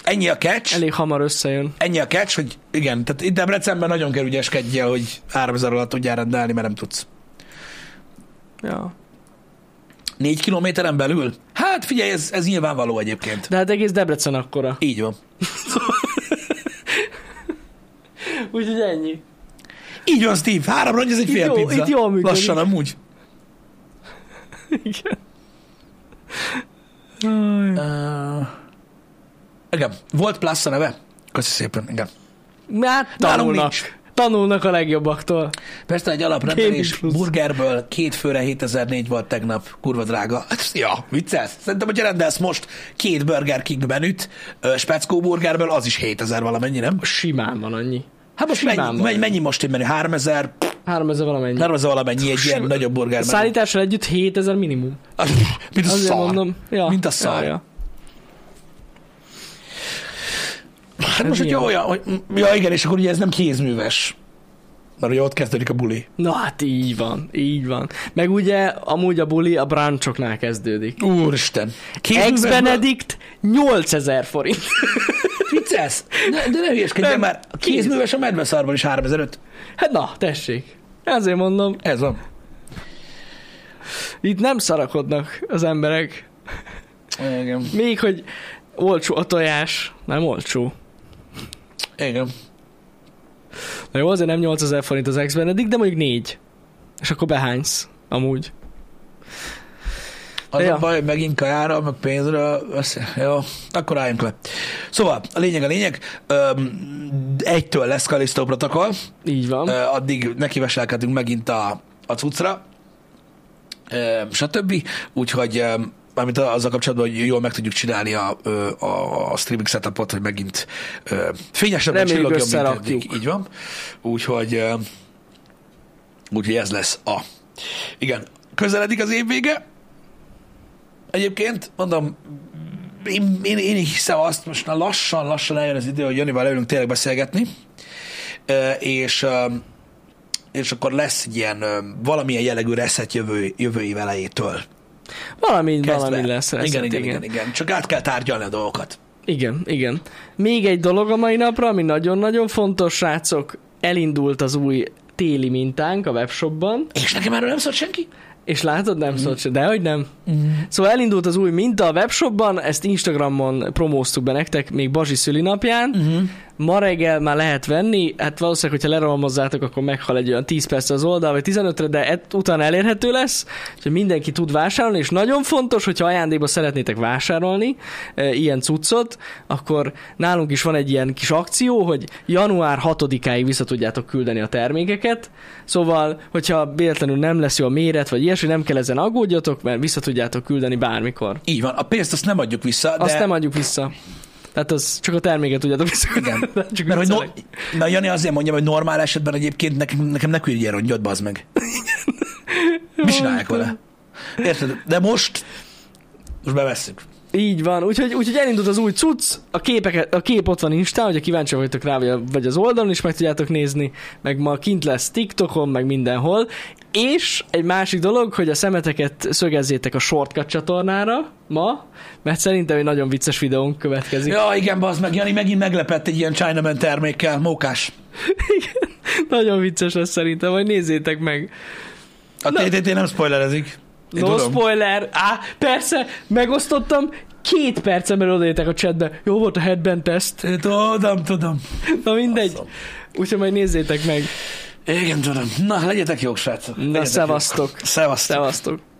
Ennyi a catch. elég hamar összejön. ennyi a catch, hogy igen, tehát itt Debrecenben nagyon kell ügyeskedjél, hogy 3000 alatt tudjál rendelni, mert nem tudsz. Ja. Négy kilométeren belül? Hát figyelj, ez, ez nyilvánvaló egyébként. De hát egész Debrecen akkora. Így van. Úgyhogy ennyi. Így van, Steve. Három rongy, ez egy Itt fél jó- pizza. itt jól működik. Lassan amúgy. Igen. Uh, igen, volt plusz a neve? Köszi szépen, igen. Hát Nálunk tanulnak. nincs. Tanulnak a legjobbaktól. Persze egy alaprendelés Gaming Plus. burgerből két főre 7004 volt tegnap, kurva drága. Hát, ja, viccelsz. Szerintem, hogyha rendelsz most két Burger King menüt, ö, speckó burgerből, az is 7000 valamennyi, nem? Simán van annyi. Hát most Simán mennyi, van. mennyi, mennyi most egy menü? 3000, 3000 valamennyi. 3000 valamennyi egy ilyen Sim- nagyobb burger menü. Szállítással együtt 7000 minimum. Az- Mint a Azért szar. mondom. Ja. Mint a Ja, szar. ja. Hát most, Ez hogyha ilyen. olyan, hogy, ja igen, és akkor ugye ez nem kézműves. Mert ugye ott kezdődik a buli. Na hát így van, így van. Meg ugye amúgy a buli a bráncsoknál kezdődik. Úristen. Ex Benedict 8000 forint. Viccelsz? Ne, de ne hülyeskedj, Nem. már a kézműves a medveszarban is 3500. Hát na, tessék. Ezért mondom, Ez van. itt nem szarakodnak az emberek. Igen. Még hogy olcsó a tojás, nem olcsó. Igen. Na jó, azért nem 8000 forint az ex Benedict, de mondjuk 4. És akkor behánysz, amúgy. Az ja. Ja. a baj, hogy megint kajára, meg pénzre, össze, jó, akkor álljunk le. Szóval, a lényeg a lényeg, öm, egytől lesz Kalisztó protokoll, Így van. Ö, addig nekiveselkedünk megint a, a cuccra, ö, stb. Úgyhogy ö, mármint azzal kapcsolatban, hogy jól meg tudjuk csinálni a, ö, a, a streaming setupot, hogy megint ö, fényesebben Reméljük, csillogjon, mint összerakjuk. eddig. Így van. Úgyhogy, ö, úgyhogy ez lesz a. Igen, közeledik az év vége. Egyébként, mondom, én, én, én hiszem azt, most már lassan-lassan eljön az idő, hogy Janival leülünk tényleg beszélgetni, Ö, és ö, és akkor lesz egy ilyen ö, valamilyen jellegű reset jövő, jövő év elejétől. Valami, Kezdve. valami lesz. lesz igen, hát igen, igen, igen. Csak át kell tárgyalni a dolgokat. Igen, igen. Még egy dolog a mai napra, ami nagyon-nagyon fontos, srácok, elindult az új téli mintánk a webshopban, És nekem erről nem szólt senki? és látod, nem szólt se, dehogy nem. Szóval elindult az új minta a webshopban, ezt Instagramon promóztuk be nektek még Bazsi szüli napján. Ma reggel már lehet venni, hát valószínűleg, hogyha leromozzátok, akkor meghal egy olyan 10 perc az oldal, vagy 15-re, de et, utána elérhető lesz, hogy mindenki tud vásárolni, és nagyon fontos, hogyha ajándékba szeretnétek vásárolni e, ilyen cuccot, akkor nálunk is van egy ilyen kis akció, hogy január 6-áig vissza tudjátok küldeni a termékeket, szóval, hogyha véletlenül nem lesz jó a méret, vagy ilyesmi, nem kell ezen aggódjatok, mert vissza tudjátok küldeni bármikor. Így van, a pénzt azt nem adjuk vissza, Azt de... nem adjuk vissza. Tehát az csak a terméket tudjátok visszaküldeni. Igen. Nem, csak Mert hogy no, viccelek. mert Jani azért mondja, hogy normál esetben egyébként nekem, nekem ne küldjél rongyot, bazd meg. Mi csinálják vele? Érted? De most, most bevesszük. Így van, úgyhogy, úgyhogy elindult az új cucc, a, képeket, a kép ott van Instán, hogyha kíváncsi vagytok rá, vagy a- vagy az oldalon is meg tudjátok nézni, meg ma kint lesz TikTokon, meg mindenhol, és egy másik dolog, hogy a szemeteket szögezzétek a Shortcut csatornára ma, mert szerintem egy nagyon vicces videónk következik. Ja. Ja, igen, bazd meg, Jani megint meglepett egy ilyen Chinaman termékkel, mókás. Nagyon vicces lesz szerintem, vagy nézzétek meg. A TTT nem spoilerezik. Én no tudom. spoiler, á, persze, megosztottam Két percen belül odaértek a chatbe, jó volt a headband test, Tudom, tudom. na mindegy. Faszom. Úgyhogy majd nézzétek meg. Igen, tudom. Na, legyetek jók, srácok. Na, Legyetek jók. szevasztok. Szevasztok. Szevasztok.